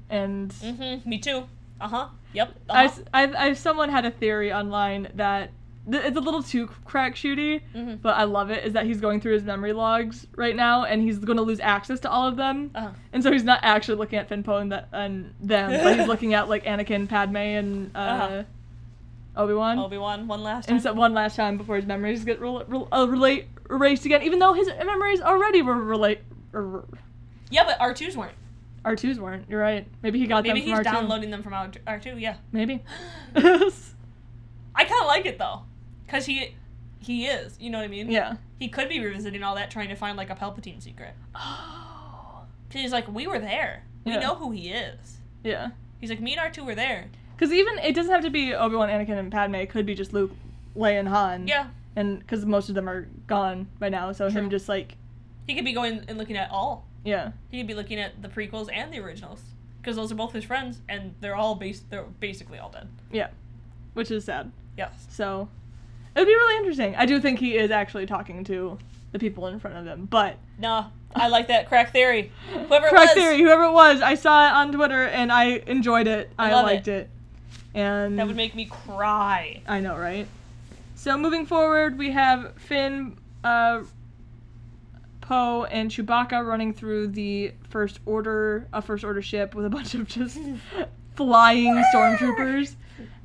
Speaker 1: And
Speaker 2: Mm-hmm. Mhm. Me too. Uh huh. Yep.
Speaker 1: I
Speaker 2: Uh-huh.
Speaker 1: s- I, I, someone had a theory online that th- it's a little too crack shooty,
Speaker 2: Mhm.
Speaker 1: but I love it. Is that he's going through his memory logs right now, and he's going to lose access to all of them,
Speaker 2: Uh-huh.
Speaker 1: and so he's not actually looking at Finpo and, the- and them, but he's looking at like Anakin, Padme, and uh,
Speaker 2: Uh-huh.
Speaker 1: Obi Wan.
Speaker 2: Obi Wan one last time.
Speaker 1: And so one last time before his memories get rel rel- uh, relate erased again, even though his memories already were relate. Er-
Speaker 2: yeah, but R twos weren't.
Speaker 1: R2's weren't. You're right. Maybe he got
Speaker 2: Maybe
Speaker 1: them
Speaker 2: he's
Speaker 1: from R2.
Speaker 2: downloading them from R two. Yeah,
Speaker 1: Maybe.
Speaker 2: I kind of like it though, cause he he is. You know what I mean?
Speaker 1: yeah.
Speaker 2: He could be revisiting all that, trying to find like a Palpatine secret. Cause he's like, we were there. We
Speaker 1: Yeah.
Speaker 2: know who he is.
Speaker 1: yeah.
Speaker 2: He's like, me and R two were there.
Speaker 1: Because even it doesn't have to be Obi Wan, Anakin, and Padme. It could be just Luke, Leia, and Han.
Speaker 2: Yeah,
Speaker 1: And because most of them are gone by now, so
Speaker 2: True.
Speaker 1: him just like
Speaker 2: he could be going and looking at all.
Speaker 1: yeah,
Speaker 2: He could be looking at the prequels and the originals, cause those are both his friends, and they're all bas- They're basically all dead.
Speaker 1: yeah, which is sad.
Speaker 2: Yes.
Speaker 1: So it would be really interesting. I do think he is actually talking to the people in front of him, but
Speaker 2: Nah, I like that crack theory. Whoever it
Speaker 1: Crack
Speaker 2: was.
Speaker 1: theory, whoever it was, I saw it on Twitter and I enjoyed it.
Speaker 2: I
Speaker 1: I,
Speaker 2: love
Speaker 1: liked it. And
Speaker 2: That would make me cry.
Speaker 1: I know, right? So moving forward, we have Finn, uh, Poe, and Chewbacca running through the First Order, a First Order ship with a bunch of just flying stormtroopers.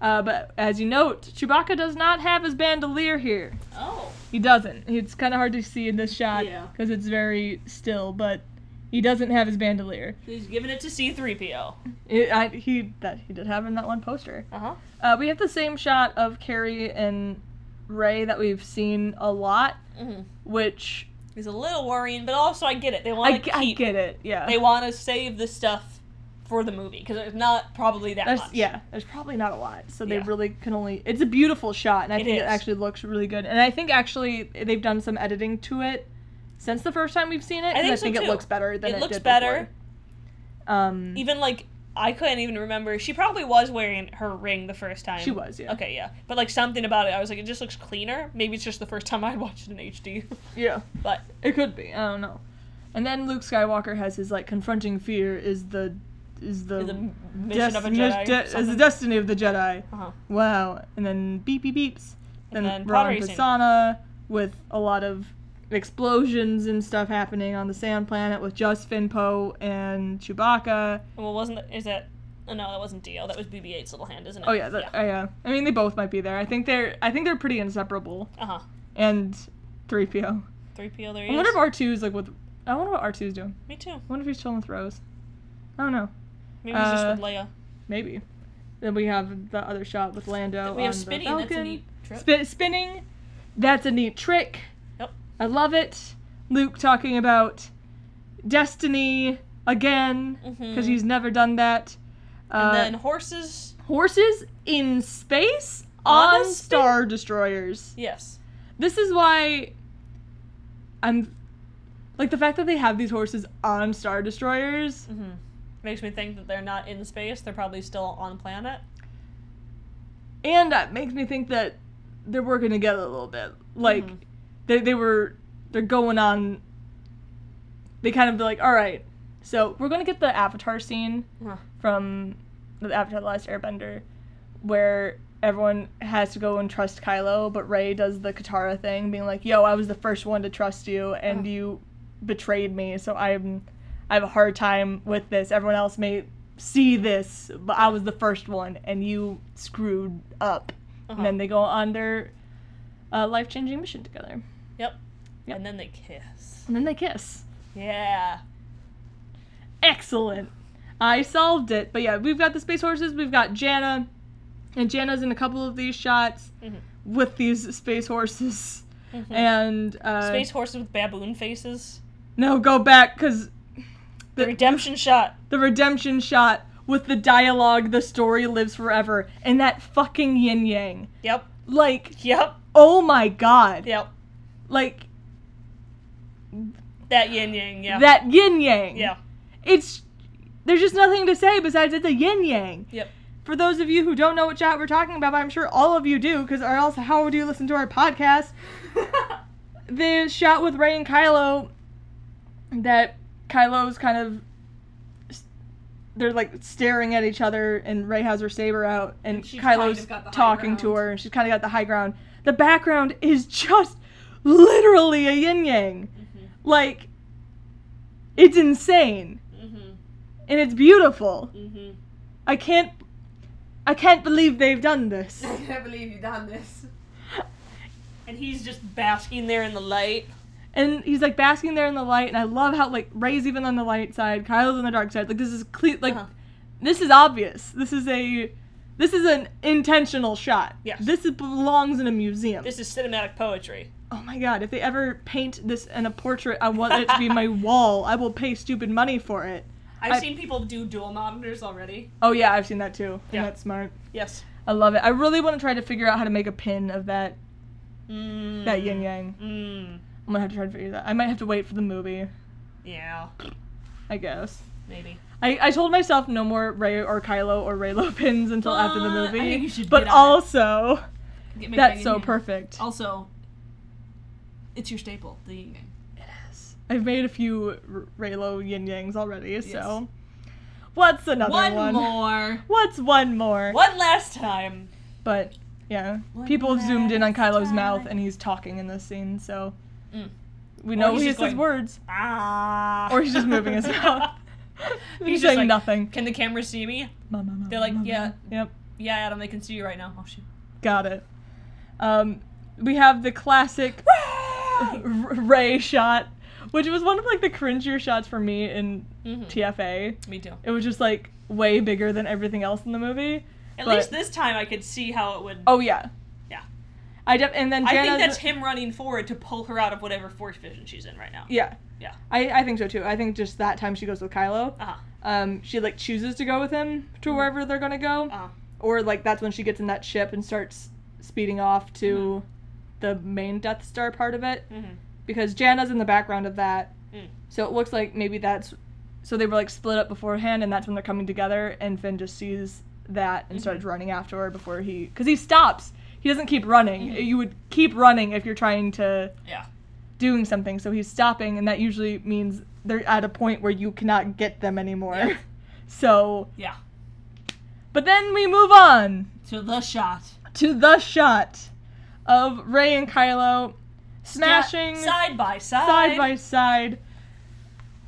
Speaker 1: Uh, but as you note, Chewbacca does not have his bandolier here.
Speaker 2: Oh.
Speaker 1: He doesn't. It's kind of hard to see in this shot
Speaker 2: Yeah.
Speaker 1: because it's very still, but he doesn't have his bandolier.
Speaker 2: He's giving it to C3PO.
Speaker 1: It, I, he that he did have in that one poster.
Speaker 2: Uh huh.
Speaker 1: Uh, we have the same shot of Carrie and Ray that we've seen a lot,
Speaker 2: Mm-hmm.
Speaker 1: which
Speaker 2: He's a little worrying, but also I get it. They
Speaker 1: I,
Speaker 2: want to
Speaker 1: I
Speaker 2: keep.
Speaker 1: get it. Yeah,
Speaker 2: They want to save the stuff for the movie because it's not probably that
Speaker 1: there's,
Speaker 2: much.
Speaker 1: yeah. There's probably not a lot, so they
Speaker 2: Yeah.
Speaker 1: really can only. It's a beautiful shot, and I
Speaker 2: It
Speaker 1: think
Speaker 2: is.
Speaker 1: it actually looks really good. And I think actually they've done some editing to it since the first time we've seen it. 'cause
Speaker 2: think so,
Speaker 1: I think
Speaker 2: too.
Speaker 1: it looks better than
Speaker 2: It
Speaker 1: it,
Speaker 2: looks
Speaker 1: did
Speaker 2: better.
Speaker 1: before. Um,
Speaker 2: Even like I couldn't even remember. She probably was wearing her ring the first time.
Speaker 1: She was, yeah.
Speaker 2: Okay, yeah. But like something about it, I was like, it just looks cleaner. Maybe it's just the first time I'd watched it in HD.
Speaker 1: yeah.
Speaker 2: but
Speaker 1: It could be. I don't know. And then Luke Skywalker has his like confronting fear is the is the,
Speaker 2: the m- mission of a
Speaker 1: dest-
Speaker 2: Jedi.
Speaker 1: de- is the
Speaker 2: something.
Speaker 1: destiny of the Jedi.
Speaker 2: uh-huh.
Speaker 1: Wow. And then beep beep beeps. Then,
Speaker 2: And then pod
Speaker 1: Ron
Speaker 2: racing.
Speaker 1: Pisana with a lot of explosions and stuff happening on the sand planet with just Finn Poe and Chewbacca.
Speaker 2: Well, wasn't that, is that? Oh, no, that wasn't Dio. That was BB-8's little hand, isn't it?
Speaker 1: Oh yeah, the, yeah. I mean they both might be there. I think they're I think they're pretty inseparable.
Speaker 2: Uh huh.
Speaker 1: And 3PO.
Speaker 2: Three PO. There he
Speaker 1: I wonder if
Speaker 2: is.
Speaker 1: R2 is like with I wonder what R2 is doing.
Speaker 2: Me too.
Speaker 1: I wonder if he's chilling with Rose. I don't know.
Speaker 2: Maybe he's just
Speaker 1: Uh,
Speaker 2: with Leia.
Speaker 1: Maybe. Then we have the other shot with Lando.
Speaker 2: we have
Speaker 1: on the
Speaker 2: Spinny. That's a
Speaker 1: Falcon.
Speaker 2: neat trip.
Speaker 1: Spin- spinning. That's a neat trick.
Speaker 2: Yep.
Speaker 1: I love it. Luke talking about destiny again because
Speaker 2: Mhm.
Speaker 1: he's never done that. Uh,
Speaker 2: and then horses.
Speaker 1: horses in space
Speaker 2: On a
Speaker 1: on
Speaker 2: spin-
Speaker 1: star destroyers.
Speaker 2: Yes.
Speaker 1: This is why I'm like the fact that they have these horses on star destroyers.
Speaker 2: hmm Makes me think that they're not in space. They're probably still on planet.
Speaker 1: and that makes me think that they're working together a little bit. Like
Speaker 2: Mhm.
Speaker 1: they they were they're going on. They kind of be like, all right, so we're gonna get the Avatar scene
Speaker 2: Huh.
Speaker 1: from the Avatar: The Last Airbender, where everyone has to go and trust Kylo, but Rey does the Katara thing, being like, "Yo, I was the first one to trust you, and
Speaker 2: Ugh.
Speaker 1: you betrayed me, so I'm I have a hard time with this. Everyone else may see this, but I was the first one, and you screwed up."
Speaker 2: Uh-huh.
Speaker 1: And then they go on their uh, life-changing mission together,
Speaker 2: Yep.
Speaker 1: Yep.
Speaker 2: And then they kiss.
Speaker 1: and then they kiss.
Speaker 2: Yeah.
Speaker 1: excellent. I solved it. But yeah, we've got the space horses. We've got Janna, and Janna's in a couple of these shots
Speaker 2: Mhm.
Speaker 1: with these space horses.
Speaker 2: Mhm.
Speaker 1: And uh,
Speaker 2: Space horses with baboon faces.
Speaker 1: no, go back because
Speaker 2: The
Speaker 1: The-
Speaker 2: redemption shot.
Speaker 1: the redemption shot with the dialogue, the story lives forever, and that fucking yin yang.
Speaker 2: Yep.
Speaker 1: Like,
Speaker 2: Yep.
Speaker 1: oh my god.
Speaker 2: Yep.
Speaker 1: Like
Speaker 2: That yin yang. Yeah.
Speaker 1: that yin yang.
Speaker 2: yeah.
Speaker 1: It's there's just nothing to say besides it's a yin yang.
Speaker 2: Yep.
Speaker 1: for those of you who don't know what shot we're talking about, but I'm sure all of you do, because or else how would you listen to our podcast? The shot with Ray and Kylo, that Kylo's kind of they're like staring at each other, and Ray has her saber out, and,
Speaker 3: And she's kind
Speaker 1: Kylo's
Speaker 3: of got the high
Speaker 1: talking to
Speaker 3: ground.
Speaker 1: her, and she's kind of got the high ground. The background is just literally a yin yang,
Speaker 3: Mm-hmm.
Speaker 1: like it's insane
Speaker 2: Mm-hmm.
Speaker 3: Mhm.
Speaker 1: and it's beautiful.
Speaker 3: Mhm.
Speaker 1: I can't, I can't believe they've done this.
Speaker 3: I can't believe you done this.
Speaker 2: And he's just basking there in the light.
Speaker 1: and he's like basking there in the light and i love how like ray's even on the light side kyle's on the dark side like this is cle- like
Speaker 2: Uh-huh.
Speaker 1: this is obvious this is a this is an intentional shot
Speaker 2: Yes.
Speaker 1: this is, belongs in a museum
Speaker 2: This is cinematic poetry.
Speaker 1: oh my god if they ever paint this in a portrait i want it to be my wall i will pay stupid money for it
Speaker 3: I've
Speaker 1: I-
Speaker 3: seen people do dual monitors already.
Speaker 1: oh yeah i've seen that too and
Speaker 2: Yeah.
Speaker 1: that's smart
Speaker 2: Yes.
Speaker 1: i love it i really want to try to figure out how to make a pin of that
Speaker 2: Mm.
Speaker 1: that yin yang
Speaker 2: Mm.
Speaker 1: i'm gonna have to try to figure that i might have to wait for the movie
Speaker 2: Yeah.
Speaker 1: i guess
Speaker 2: Maybe.
Speaker 1: I, I told myself no more Ray or Kylo or Raylo pins until after the
Speaker 3: But I
Speaker 1: movie.
Speaker 3: think you should
Speaker 1: but
Speaker 3: get on it.
Speaker 1: also,
Speaker 3: Get me
Speaker 1: that's
Speaker 3: back
Speaker 1: so
Speaker 3: in here.
Speaker 1: perfect.
Speaker 3: Also, it's your staple, the yin yang.
Speaker 1: I've made a few R- Raylo yin yangs already,
Speaker 3: Yes.
Speaker 1: so. What's another
Speaker 3: One,
Speaker 1: one?
Speaker 3: more.
Speaker 1: What's one more?
Speaker 2: One last time.
Speaker 1: But, yeah.
Speaker 3: One
Speaker 1: People have zoomed in on
Speaker 3: last
Speaker 1: Kylo's mouth
Speaker 3: time.
Speaker 1: and he's talking in this scene, so.
Speaker 2: Mm.
Speaker 1: We know
Speaker 2: he's
Speaker 1: he
Speaker 2: just
Speaker 1: says
Speaker 2: going-
Speaker 1: words,
Speaker 2: Ah.
Speaker 1: or he's just moving his mouth. he's,
Speaker 2: He's just
Speaker 1: saying
Speaker 2: like-
Speaker 1: nothing.
Speaker 2: Can the camera see me?
Speaker 1: Ma, ma, ma,
Speaker 2: They're like,
Speaker 1: ma, ma.
Speaker 2: yeah.
Speaker 1: Yep.
Speaker 2: Yeah, Adam, they can see you right now. Oh shoot.
Speaker 1: Got it. Um, we have the classic Ray shot, which was one of like the cringier shots for me in
Speaker 2: Mhm.
Speaker 1: TFA.
Speaker 2: Me too.
Speaker 1: It was just like way bigger than everything else in the movie.
Speaker 2: At
Speaker 1: But-
Speaker 2: least this time I could see how it would.
Speaker 1: Oh yeah,
Speaker 2: Yeah.
Speaker 1: I def- and then
Speaker 2: I think
Speaker 1: Jana's-
Speaker 2: that's him running forward to pull her out of whatever force vision she's in right now.
Speaker 1: yeah.
Speaker 2: Yeah.
Speaker 1: I, I think so too. I think just that time she goes with Kylo,
Speaker 2: Uh huh.
Speaker 1: um, she like chooses to go with him
Speaker 2: Mm-hmm.
Speaker 1: to wherever they're gonna go,
Speaker 2: Uh huh.
Speaker 1: or like that's when she gets in that ship and starts speeding off to the main Death Star part of it.
Speaker 2: Mm-hmm.
Speaker 1: because Janna's in the background of that.
Speaker 2: Mm.
Speaker 1: So it looks like maybe that's so they were like split up beforehand and that's when they're coming together and Finn just sees that and
Speaker 2: Mm-hmm.
Speaker 1: starts running after her before he cuz he stops. He doesn't keep running.
Speaker 2: Mm-hmm.
Speaker 1: You would keep running if you're trying to
Speaker 2: Yeah.
Speaker 1: doing something. So he's stopping and that usually means they're at a point where you cannot get them anymore.
Speaker 2: Yeah.
Speaker 1: so,
Speaker 2: Yeah.
Speaker 1: but then we move on
Speaker 3: To the shot.
Speaker 1: to the shot of Ray and Kylo smashing
Speaker 2: side by side.
Speaker 1: side by side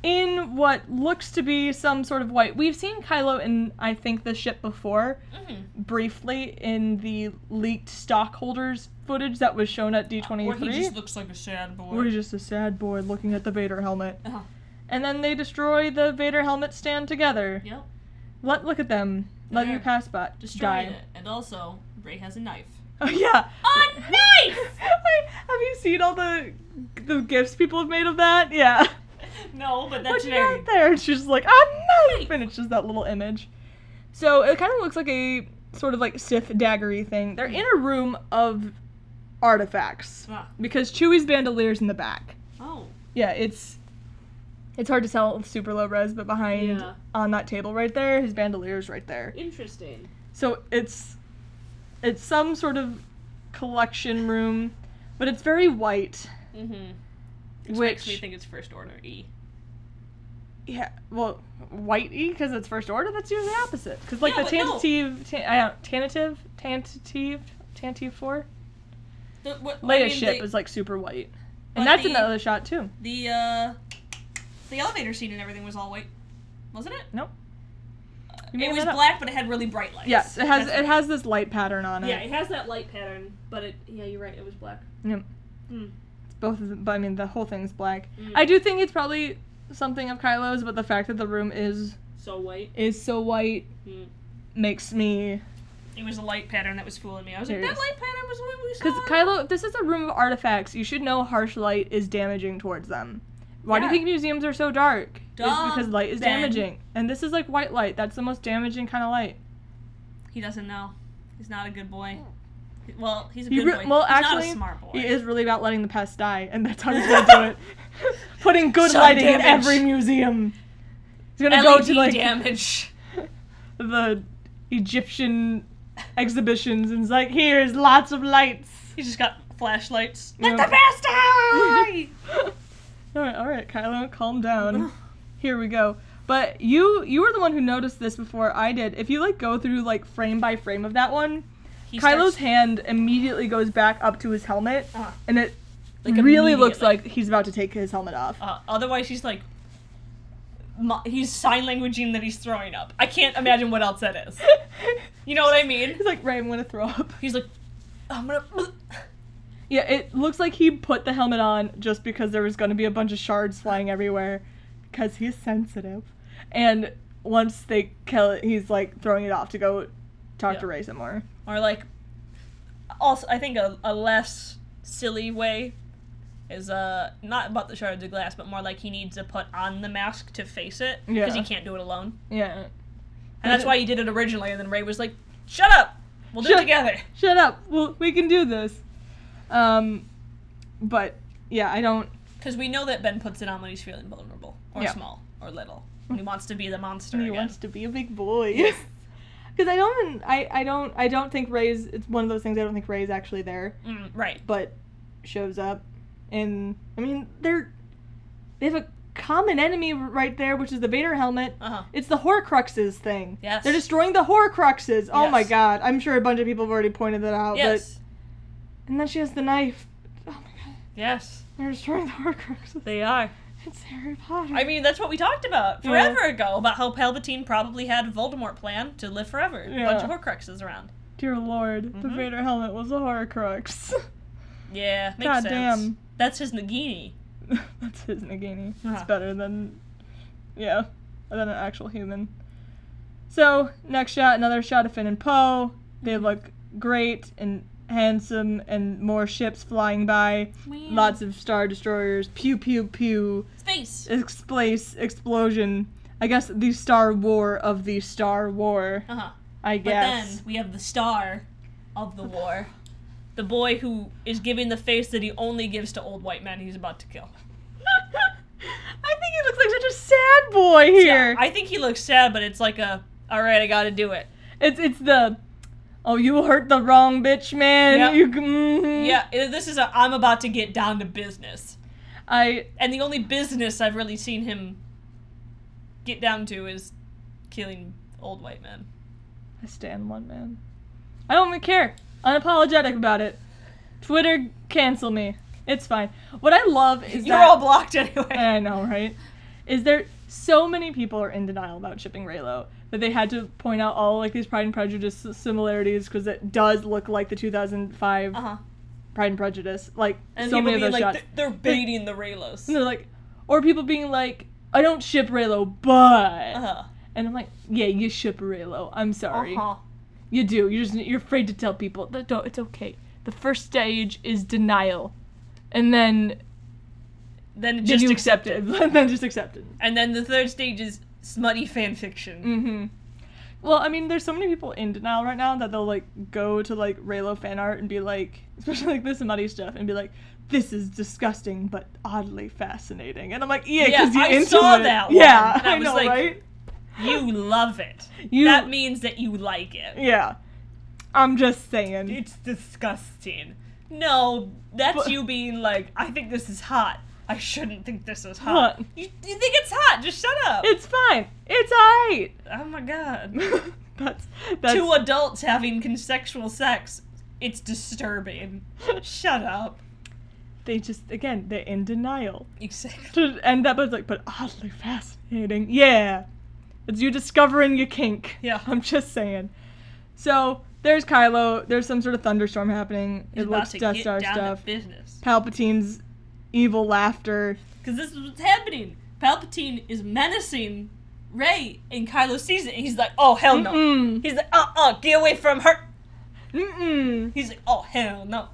Speaker 1: in what looks to be some sort of white. We've seen Kylo in, I think, the ship before,
Speaker 2: Mhm.
Speaker 1: briefly in the leaked stockholders footage that was shown at D23,
Speaker 2: Where he just looks like a sad boy.
Speaker 1: where he's just a sad boy looking at the Vader helmet.
Speaker 2: Uh-huh.
Speaker 1: And then they destroy the Vader helmet stand together.
Speaker 3: Yep.
Speaker 1: Let Look at them. Let
Speaker 3: There.
Speaker 1: you pass by. Die.
Speaker 3: Destroying it. And also, Ray has a knife.
Speaker 1: Oh, yeah.
Speaker 2: A knife!
Speaker 1: I- have you seen all the the gifts people have made of that? Yeah.
Speaker 2: no, but
Speaker 1: What
Speaker 2: that's
Speaker 1: you
Speaker 2: very.
Speaker 1: got there? And she's just like, I'm not finishes that little image. So it kind of looks like a sort of like Sith daggery thing. They're in a room of artifacts
Speaker 3: Ah.
Speaker 1: because Chewie's bandolier's in the back.
Speaker 3: Oh.
Speaker 1: Yeah, it's it's hard to tell with super low res, but behind
Speaker 3: Yeah.
Speaker 1: on that table right there, his bandelier's right there.
Speaker 3: Interesting.
Speaker 1: So it's it's some sort of collection room, but it's very white.
Speaker 2: Mm-hmm. Which makes me
Speaker 1: Which
Speaker 2: think it's first order E.
Speaker 1: Yeah, well, whitey because it's first order. That's usually the opposite. Because like
Speaker 2: Yeah,
Speaker 1: the uh,
Speaker 2: but no.
Speaker 1: tantive, tan, I don't, tanative, tantive, tantive four.
Speaker 2: The, what, I
Speaker 1: Leia
Speaker 2: mean,
Speaker 1: ship
Speaker 2: the,
Speaker 1: is like super white,
Speaker 2: but
Speaker 1: and that's
Speaker 2: the-
Speaker 1: in the other shot too.
Speaker 2: the uh, the elevator scene and everything was all white, wasn't it?
Speaker 1: Nope. You made
Speaker 2: It was
Speaker 1: that up.
Speaker 2: black, but it had really bright lights.
Speaker 1: Yes, it has
Speaker 2: That's-
Speaker 1: it has this light pattern on it.
Speaker 3: Yeah, it has that light pattern, but it. Yeah, you're right. It was black.
Speaker 1: It's both of them, but I mean the whole thing's black.
Speaker 3: Mm.
Speaker 1: I do think it's probably something of Kylo's, but the fact that the room is
Speaker 3: So white.
Speaker 1: is so white
Speaker 3: Mm.
Speaker 1: makes me
Speaker 2: It was a light pattern that was fooling me. I was like,
Speaker 1: There it
Speaker 2: that
Speaker 1: is.
Speaker 2: light pattern was what we saw.
Speaker 1: Because Kylo, if this is a room of artifacts, you should know harsh light is damaging towards them. Why do
Speaker 2: Yeah.
Speaker 1: you think museums are so dark?
Speaker 2: Duh,
Speaker 1: it's because light is
Speaker 2: Ben.
Speaker 1: damaging. And this is like white light. That's the most damaging kind of light.
Speaker 2: He doesn't know. He's not a good boy. Well, he's a
Speaker 1: He
Speaker 2: good
Speaker 1: re-
Speaker 2: boy.
Speaker 1: well,
Speaker 2: he's not
Speaker 1: actually,
Speaker 2: a smart boy.
Speaker 1: It is really about letting the past die, and that's how he's gonna do it. Putting good
Speaker 2: Sun
Speaker 1: lighting
Speaker 2: damage.
Speaker 1: in every museum. He's gonna go to
Speaker 2: LED
Speaker 1: like
Speaker 2: E damage.
Speaker 1: the Egyptian exhibitions and it's like, here's lots of lights.
Speaker 2: He's just got flashlights.
Speaker 1: Yeah.
Speaker 2: Let the past die.
Speaker 1: all right, all right, Kylo, calm down. Here we go. But you you were the one who noticed this before I did. If you like go through like frame by frame of that one,
Speaker 2: He
Speaker 1: Kylo's
Speaker 2: starts-
Speaker 1: hand immediately goes back up to his helmet,
Speaker 2: Uh-huh.
Speaker 1: and it
Speaker 2: Like,
Speaker 1: really looks
Speaker 2: immediately.
Speaker 1: like he's about to take his helmet off.
Speaker 2: Uh, otherwise, he's like, mu- he's sign languaging that he's throwing up. I can't imagine what else that is. You know what I mean?
Speaker 1: he's like, "Ray, I'm gonna throw up."
Speaker 2: He's like, I'm gonna.
Speaker 1: Yeah, it looks like he put the helmet on just because there was going to be a bunch of shards flying everywhere, because he's sensitive. And once they kill it, he's like throwing it off to go talk to
Speaker 2: Yeah.
Speaker 1: Ray some more.
Speaker 2: Or like, also, I think a, a less silly way is uh not about the shards of glass, but more like he needs to put on the mask to face it because
Speaker 1: Yeah.
Speaker 2: he can't do it alone,
Speaker 1: Yeah.
Speaker 2: and that's why he did it originally. And then Ray was like, "Shut up, we'll do it
Speaker 1: Shut-
Speaker 2: together."
Speaker 1: Shut up. Well, we can do this. Um, but yeah, I don't.
Speaker 2: Because we know that Ben puts it on when he's feeling vulnerable or
Speaker 1: Yeah. Hmm.
Speaker 2: small or little. When he wants to be the monster.
Speaker 1: He
Speaker 2: again.
Speaker 1: wants to be a big boy. Because I don't. even- I I don't. I don't think Ray's. It's one of those things. I don't think Ray's actually there.
Speaker 2: Mm, right.
Speaker 1: but shows up and I mean they're they have a common enemy right there which is the Vader helmet.
Speaker 2: Uh huh.
Speaker 1: It's the Horcruxes thing.
Speaker 2: Yes.
Speaker 1: They're destroying the Horcruxes. Oh my
Speaker 2: Yes.
Speaker 1: god. I'm sure a bunch of people have already pointed that out.
Speaker 2: Yes.
Speaker 1: But and then she has the knife. Oh my god.
Speaker 2: Yes.
Speaker 1: They're destroying the Horcruxes.
Speaker 2: They are.
Speaker 1: It's Harry Potter.
Speaker 2: I mean, that's what we talked about
Speaker 1: Yeah.
Speaker 2: forever ago about how Palpatine probably had Voldemort plan to live forever. A bunch of
Speaker 1: Yeah.
Speaker 2: Horcruxes around.
Speaker 1: Dear Lord, the
Speaker 2: Mhm.
Speaker 1: Vader helmet was a Horcrux.
Speaker 2: Yeah, makes
Speaker 1: God
Speaker 2: sense.
Speaker 1: damn.
Speaker 2: That's his Nagini.
Speaker 1: That's his Nagini. It's
Speaker 2: Uh-huh.
Speaker 1: better than, yeah, than an actual human. So next shot, another shot of Finn and Poe. They
Speaker 2: Mm-hmm.
Speaker 1: look great and handsome, and more ships flying by. Lots of star destroyers. Pew pew pew.
Speaker 2: Space.
Speaker 1: Explace explosion. I guess the Star War of the Star War.
Speaker 2: Uh huh.
Speaker 1: I
Speaker 2: But
Speaker 1: guess.
Speaker 2: then we have the star of the war. The boy who is giving the face that he only gives to old white men he's about to kill.
Speaker 1: I think he looks like such a sad boy here.
Speaker 2: Yeah, I think he looks sad, but it's like a, all right, I gotta do it.
Speaker 1: It's it's the oh you hurt the wrong bitch man.
Speaker 2: Yep.
Speaker 1: You mhm."
Speaker 2: Yeah, i- this is a, I'm about to get down to business.
Speaker 1: I
Speaker 2: And the only business I've really seen him get down to is killing old white men.
Speaker 1: I stand one man. I don't even care. Unapologetic about it. Twitter cancel me. It's fine. What I love is
Speaker 2: You're
Speaker 1: that
Speaker 2: all blocked anyway.
Speaker 1: I know right. Is there so many people are in denial about shipping Raylo that they had to point out all like these Pride and Prejudice similarities because it does look like the 2005
Speaker 2: uh huh.
Speaker 1: Pride and Prejudice. Like
Speaker 2: And
Speaker 1: so
Speaker 2: people
Speaker 1: many of
Speaker 2: being
Speaker 1: those
Speaker 2: like,
Speaker 1: shots.
Speaker 2: "They're- they're baiting the Raylos.
Speaker 1: And they're like, or people being like, I don't ship Raylo, but.
Speaker 2: Uh-huh.
Speaker 1: And I'm like, yeah, you ship Raylo. I'm sorry.
Speaker 2: Uh-huh.
Speaker 1: You do. You're just you're afraid to tell people. No, no, it's okay. The first stage is denial, and then
Speaker 2: Then it
Speaker 1: did
Speaker 2: just
Speaker 1: you
Speaker 2: accept-
Speaker 1: accept it? and then just accept it.
Speaker 2: and then the third stage is smutty fan fiction.
Speaker 1: Mm-hmm. Well, I mean, there's so many people in denial right now that they'll like go to like Raylo fan art and be like, especially like this muddy stuff, and be like, "This is disgusting, but oddly fascinating." And I'm like, "Yeah,
Speaker 2: Yeah,
Speaker 1: because you
Speaker 2: I
Speaker 1: into
Speaker 2: saw
Speaker 1: it."
Speaker 2: that one.
Speaker 1: Yeah,
Speaker 2: And I
Speaker 1: I,
Speaker 2: was
Speaker 1: know,
Speaker 2: like,
Speaker 1: right?
Speaker 2: You love it.
Speaker 1: Mm-hmm. You,
Speaker 2: That means that you like it.
Speaker 1: yeah. I'm just saying.
Speaker 2: It's disgusting. No, that's
Speaker 1: But-
Speaker 2: you being like, I think this is hot. I shouldn't think this is hot.
Speaker 1: Hot.
Speaker 2: You, you think it's hot? Just shut up.
Speaker 1: It's fine. It's alright.
Speaker 2: oh my god.
Speaker 1: that's that's
Speaker 2: Two adults having consensual sex. It's disturbing. shut up.
Speaker 1: they just again they're in denial.
Speaker 2: Exactly.
Speaker 1: To end that, but it's like, but oddly fascinating. Yeah, it's you discovering your kink.
Speaker 2: Yeah.
Speaker 1: I'm just saying. So there's Kylo. There's some sort of thunderstorm happening.
Speaker 2: He's
Speaker 1: it
Speaker 2: about
Speaker 1: looks
Speaker 2: to
Speaker 1: Death
Speaker 2: get
Speaker 1: Star
Speaker 2: down
Speaker 1: stuff.
Speaker 2: to business.
Speaker 1: Palpatine's evil laughter.
Speaker 2: Because this is what's happening. Palpatine is menacing Ray, and Kylo sees it, and he's like, oh, hell no.
Speaker 1: Mm.
Speaker 2: He's like, uh uh, get away from her.
Speaker 1: Mm.
Speaker 2: He's like, oh, hell no.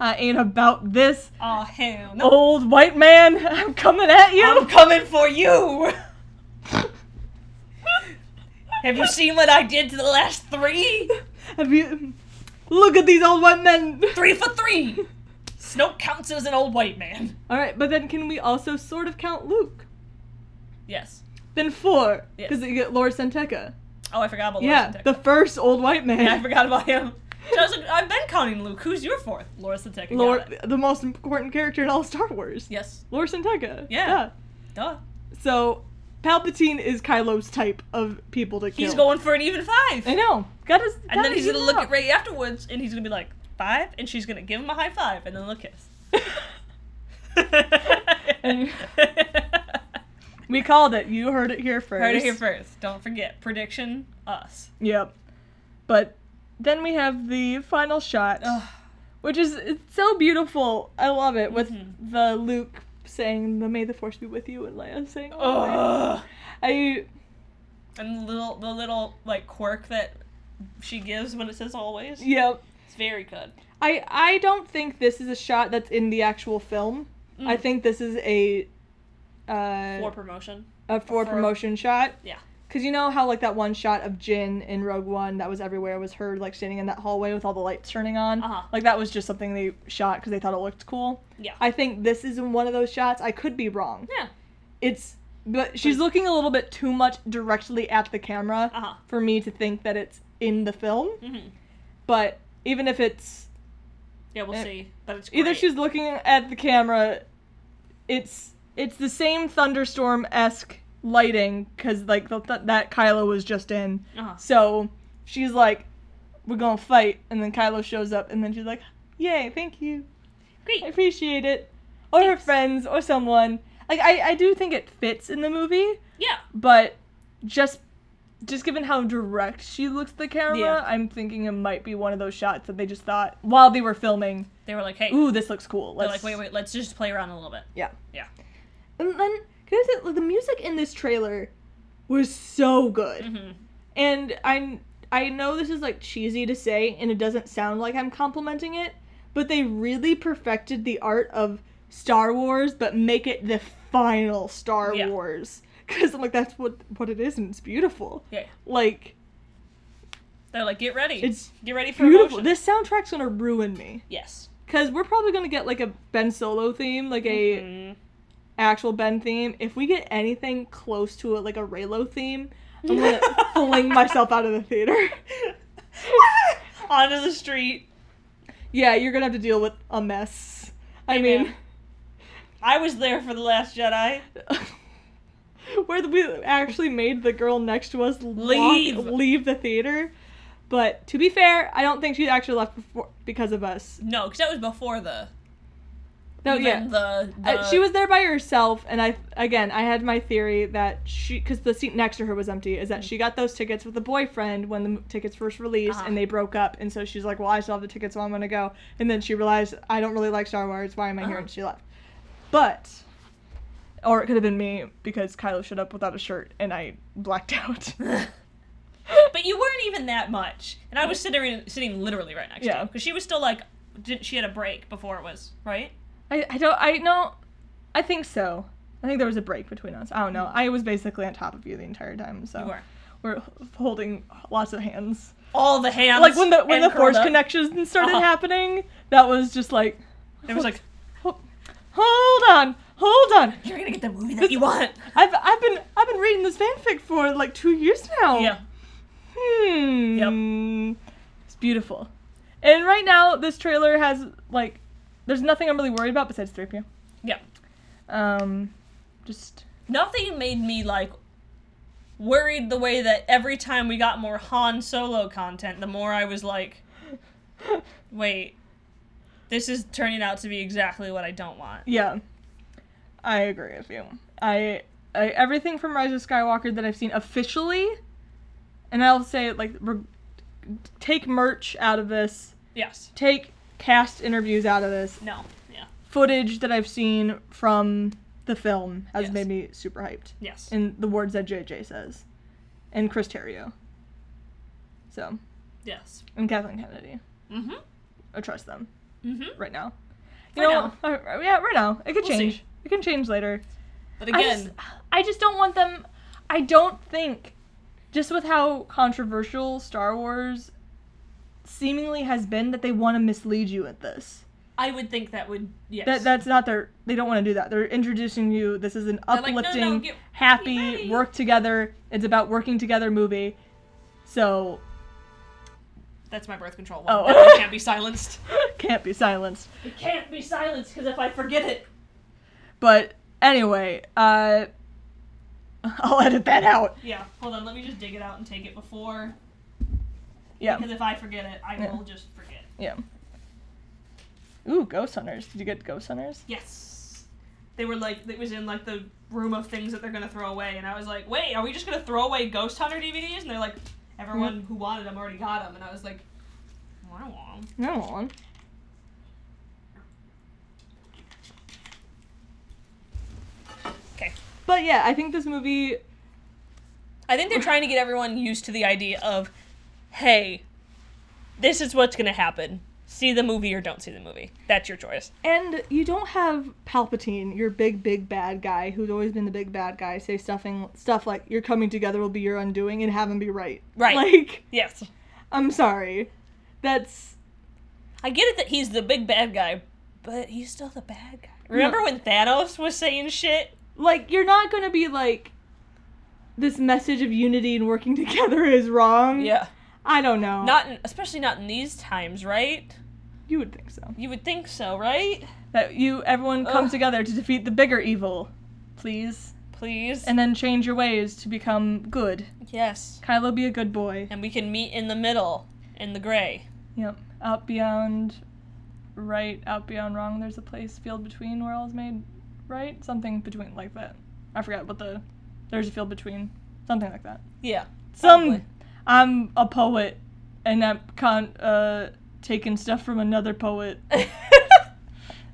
Speaker 1: I ain't about this.
Speaker 2: Oh, hell no.
Speaker 1: Old white man, I'm coming at you.
Speaker 2: I'm coming for you. Have you seen what I did to the last three?
Speaker 1: Have you? Look at these old white men.
Speaker 2: Three for three. Snoke counts as an old white man.
Speaker 1: All right, but then can we also sort of count Luke?
Speaker 2: Yes.
Speaker 1: Then four,
Speaker 2: Yes.
Speaker 1: because you get Laura Santeca.
Speaker 2: Oh, I forgot about
Speaker 1: yeah,
Speaker 2: Laura Santeca.
Speaker 1: the first old white man.
Speaker 2: I forgot about him. So I was like, I've been counting Luke. Who's your fourth? Laura Santeca. got
Speaker 1: Laura,
Speaker 2: it.
Speaker 1: the most important character in all of Star Wars.
Speaker 2: Yes.
Speaker 1: Laura Santeca.
Speaker 2: Yeah. Duh.
Speaker 1: So
Speaker 4: Palpatine is Kylo's type of people to kill.
Speaker 2: He's going for an even five.
Speaker 1: I know. Got his.
Speaker 2: And then he's gonna look at Ray afterwards, and he's gonna be like five, and she's gonna give him a high five, and then they'll kiss.
Speaker 1: We called it. You heard it here first.
Speaker 2: Heard it here first. Don't forget prediction us.
Speaker 1: Yep. But then we have the final shot, which is it's so beautiful. I love it with the Luke saying the May the Force be with you and Leia saying "Oh,
Speaker 2: Ugh.
Speaker 1: I
Speaker 2: And the little the little like quirk that she gives when it says always.
Speaker 1: yep.
Speaker 2: It's very good.
Speaker 1: I I don't think this is a shot that's in the actual film. I think this is a uh
Speaker 2: For promotion.
Speaker 1: a for
Speaker 2: for-
Speaker 1: promotion shot.
Speaker 2: Yeah.
Speaker 1: Cause you know how like that one shot of Jin in Rogue One that was everywhere was her like standing in that hallway with all the lights turning on.
Speaker 2: Uh-huh.
Speaker 1: Like that was just something they shot because they thought it looked cool.
Speaker 2: Yeah.
Speaker 1: I think this is one of those shots. I could be wrong.
Speaker 2: yeah.
Speaker 1: It's but she's looking a little bit too much directly at the camera
Speaker 2: Uh-huh.
Speaker 1: for me to think that it's in the film.
Speaker 2: Mhm.
Speaker 1: But even if it's
Speaker 2: Yeah, we'll
Speaker 1: Uh,
Speaker 2: see. But it's great.
Speaker 1: either she's looking at the camera, it's it's the same thunderstorm esque lighting because like the th- that Kylo was just in.
Speaker 2: uh
Speaker 1: So she's like, we're gonna fight. And then Kylo shows up, and then she's like, yay, thank you. I
Speaker 2: great.
Speaker 1: appreciate it. Or her friends, or someone. Like, I, I do think it fits in the movie,
Speaker 2: Yeah.
Speaker 1: but just just given how direct she looks at the camera,
Speaker 2: Yeah.
Speaker 1: I'm thinking it might be one of those shots that they just thought while they were filming,
Speaker 2: They were like, hey.
Speaker 1: ooh, this looks cool.
Speaker 2: They're
Speaker 1: Let's
Speaker 2: like, wait, wait. Let's just play around a little bit.
Speaker 1: Yeah.
Speaker 2: Yeah.
Speaker 1: And then can I say, the music in this trailer was so good,
Speaker 2: Mhm.
Speaker 1: and I I know this is like cheesy to say, and it doesn't sound like I'm complimenting it, but they really perfected the art of Star Wars, but make it the final Star
Speaker 2: Yeah.
Speaker 1: Wars. Because I'm like, that's what what it is, and it's beautiful.
Speaker 2: Yeah.
Speaker 1: Like
Speaker 2: They're like, get ready.
Speaker 1: it's
Speaker 2: get ready for
Speaker 1: beautiful.
Speaker 2: emotion.
Speaker 1: This soundtrack's gonna ruin me.
Speaker 2: yes.
Speaker 1: Cause we're probably gonna get like a Ben Solo theme, like a
Speaker 2: Mhm.
Speaker 1: actual Ben theme. If we get anything close to it, like a Raylo theme, I'm gonna fling myself out of the theater.
Speaker 2: Onto the street.
Speaker 1: yeah, you're gonna have to deal with a mess. I mean,
Speaker 2: I was there for the Last Jedi.
Speaker 1: where we actually made the girl next to us walk-
Speaker 2: Leave.
Speaker 1: leave the theater. But to be fair, I don't think she actually left before because of us.
Speaker 2: No, because that was before the.
Speaker 1: No,
Speaker 2: even
Speaker 1: Oh, yeah.
Speaker 2: The,
Speaker 1: I-
Speaker 2: the-
Speaker 1: Uh, she was there by herself, and I again I had my theory that she because the seat next to her was empty is that she got those tickets with a boyfriend when the m- tickets first released
Speaker 2: Uh-huh.
Speaker 1: and they broke up, and so she's like, well, I still have the tickets, so I'm gonna go, and then she realized I don't really like Star Wars, why am I here,
Speaker 2: Uh-huh.
Speaker 1: and she left, but or it could have been me because Kylo showed up without a shirt and I blacked out.
Speaker 2: But you weren't even that much, and I was sitting sitting literally right next to
Speaker 1: Yeah.
Speaker 2: you because she was still like, did, she had a break before it was right.
Speaker 1: I, I don't I no I think so. I think there was a break between us. I don't know. I was basically on top of you the entire time, so
Speaker 2: Hmm. You
Speaker 1: we're
Speaker 2: were
Speaker 1: holding lots of hands.
Speaker 2: all the hands.
Speaker 1: like when the when
Speaker 2: and
Speaker 1: the force
Speaker 2: curled up.
Speaker 1: connections started
Speaker 2: Uh-huh.
Speaker 1: happening, that was just like
Speaker 2: It was like
Speaker 1: hold on, hold on.
Speaker 2: you're gonna get the movie that you want.
Speaker 1: I've I've been I've been reading this fanfic for like two years now.
Speaker 2: Yeah.
Speaker 1: Hmm. It's beautiful. And right now, this trailer has like, there's nothing I'm really worried about besides three PO.
Speaker 2: Yeah.
Speaker 1: Um, just
Speaker 2: Nothing made me like worried the way that every time we got more Han Solo content, the more I was like, wait, this is turning out to be exactly what I don't want.
Speaker 1: yeah. I agree with you. I, I everything from Rise of Skywalker that I've seen officially, and I'll say like re- take merch out of this,
Speaker 2: Yes.
Speaker 1: take cast interviews out of this,
Speaker 2: No. Yeah.
Speaker 1: footage that I've seen from the film has
Speaker 2: Yes.
Speaker 1: made me super hyped.
Speaker 2: Yes.
Speaker 1: and the words that JJ says, and Chris Terrio. So,
Speaker 2: yes.
Speaker 1: and Kathleen Kennedy.
Speaker 2: Mhm.
Speaker 1: I trust them
Speaker 2: Mhm.
Speaker 1: right now.
Speaker 2: Right
Speaker 1: now. uh, yeah, right now. It could
Speaker 2: We'll see.
Speaker 1: change. It can change later.
Speaker 2: But
Speaker 1: I
Speaker 2: again,
Speaker 1: just, I just don't want them. I don't think, just with how controversial Star Wars seemingly has been, that they want to mislead you at this.
Speaker 2: I would think that would yes.
Speaker 1: That that's not their. They don't want to do that. They're introducing you. This is an
Speaker 2: like,
Speaker 1: uplifting,
Speaker 2: no, no, get-
Speaker 1: happy,
Speaker 2: Yay.
Speaker 1: work together. It's about working together movie. So
Speaker 2: That's my birth control one.
Speaker 1: Oh.
Speaker 2: That one can't be silenced.
Speaker 1: can't be silenced.
Speaker 2: It can't be silenced because if I forget it,
Speaker 1: But anyway, uh, I'll edit that out.
Speaker 2: Yeah, hold on. Let me just dig it out and take it before.
Speaker 1: Yeah.
Speaker 2: Because if I forget it, I
Speaker 1: Yeah.
Speaker 2: will just forget.
Speaker 1: Yeah. Ooh, Ghost Hunters. Did you get Ghost Hunters?
Speaker 2: Yes. They were like, it was in like the room of things that they're gonna throw away, and I was like, wait, are we just gonna throw away Ghost Hunter DVDs? And they're like, everyone who wanted them already got them, and I was like, well, I don't want 'em.
Speaker 1: No one.
Speaker 4: But yeah, I think this movie
Speaker 2: I think they're trying to get everyone used to the idea of, hey, this is what's gonna happen. See the movie or don't see the movie. That's your choice.
Speaker 4: and you don't have Palpatine, your big big bad guy who's always been the big bad guy, say stuffing stuff like your coming together will be your undoing and have him be right.
Speaker 2: Right.
Speaker 4: Like
Speaker 2: Yes.
Speaker 4: I'm sorry. That's
Speaker 2: I get it that he's the big bad guy, but he's still the bad guy. Remember when Thanos was saying shit?
Speaker 4: like you're not going to be like this message of unity and working together is wrong. I don't know.
Speaker 2: Not in, especially not in these times, right?
Speaker 4: you would think so.
Speaker 2: You would think so, right?
Speaker 1: That you everyone come
Speaker 2: Ugh.
Speaker 1: together to defeat the bigger evil, please,
Speaker 2: Please.
Speaker 1: and then change your ways to become good.
Speaker 2: yes.
Speaker 1: Kylo, be a good boy.
Speaker 2: And we can meet in the middle, in the gray.
Speaker 1: Yep. Out beyond right, out beyond wrong. There's a place field between where all is made right, something between like that. I forgot what the there's a field between, something like that.
Speaker 2: Yeah.
Speaker 1: Some
Speaker 2: Probably.
Speaker 1: I'm a poet, and I'm con- uh, taking stuff from another poet.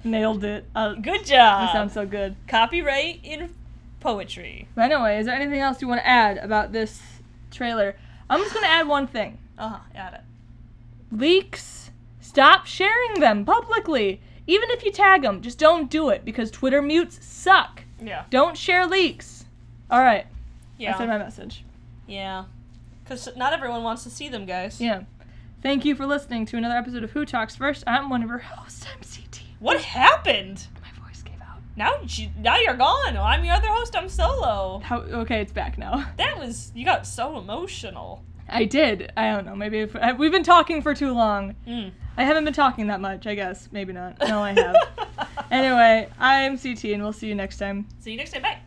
Speaker 1: Nailed it. Uh,
Speaker 2: Good
Speaker 1: that sounds
Speaker 2: job.
Speaker 1: so good.
Speaker 2: Copyright in poetry.
Speaker 1: But anyway, is there anything else you want to add about this trailer? I'm just gonna add one thing.
Speaker 2: Uh huh. Got it.
Speaker 1: leaks. Stop sharing them publicly. Even if you tag them, just don't do it because Twitter mutes suck.
Speaker 2: Yeah.
Speaker 1: Don't share leaks. All right, I said
Speaker 2: Yeah.
Speaker 1: my message.
Speaker 2: Yeah. Because not everyone wants to see them, guys.
Speaker 1: Yeah. Thank you for listening to another episode of Who Talks First. I'm one of your hosts, MCT.
Speaker 2: What happened?
Speaker 1: My voice gave out.
Speaker 2: Now, j- now you're gone. I'm your other host. I'm solo.
Speaker 1: How, okay, it's back now.
Speaker 2: That was you got so emotional.
Speaker 1: I did. I don't know. Maybe if, I, we've been talking for too long.
Speaker 2: Mm.
Speaker 1: I haven't been talking that much, I guess. Maybe not. No, I have. anyway, I'm CT, and we'll see you next time.
Speaker 2: See you next time. Bye.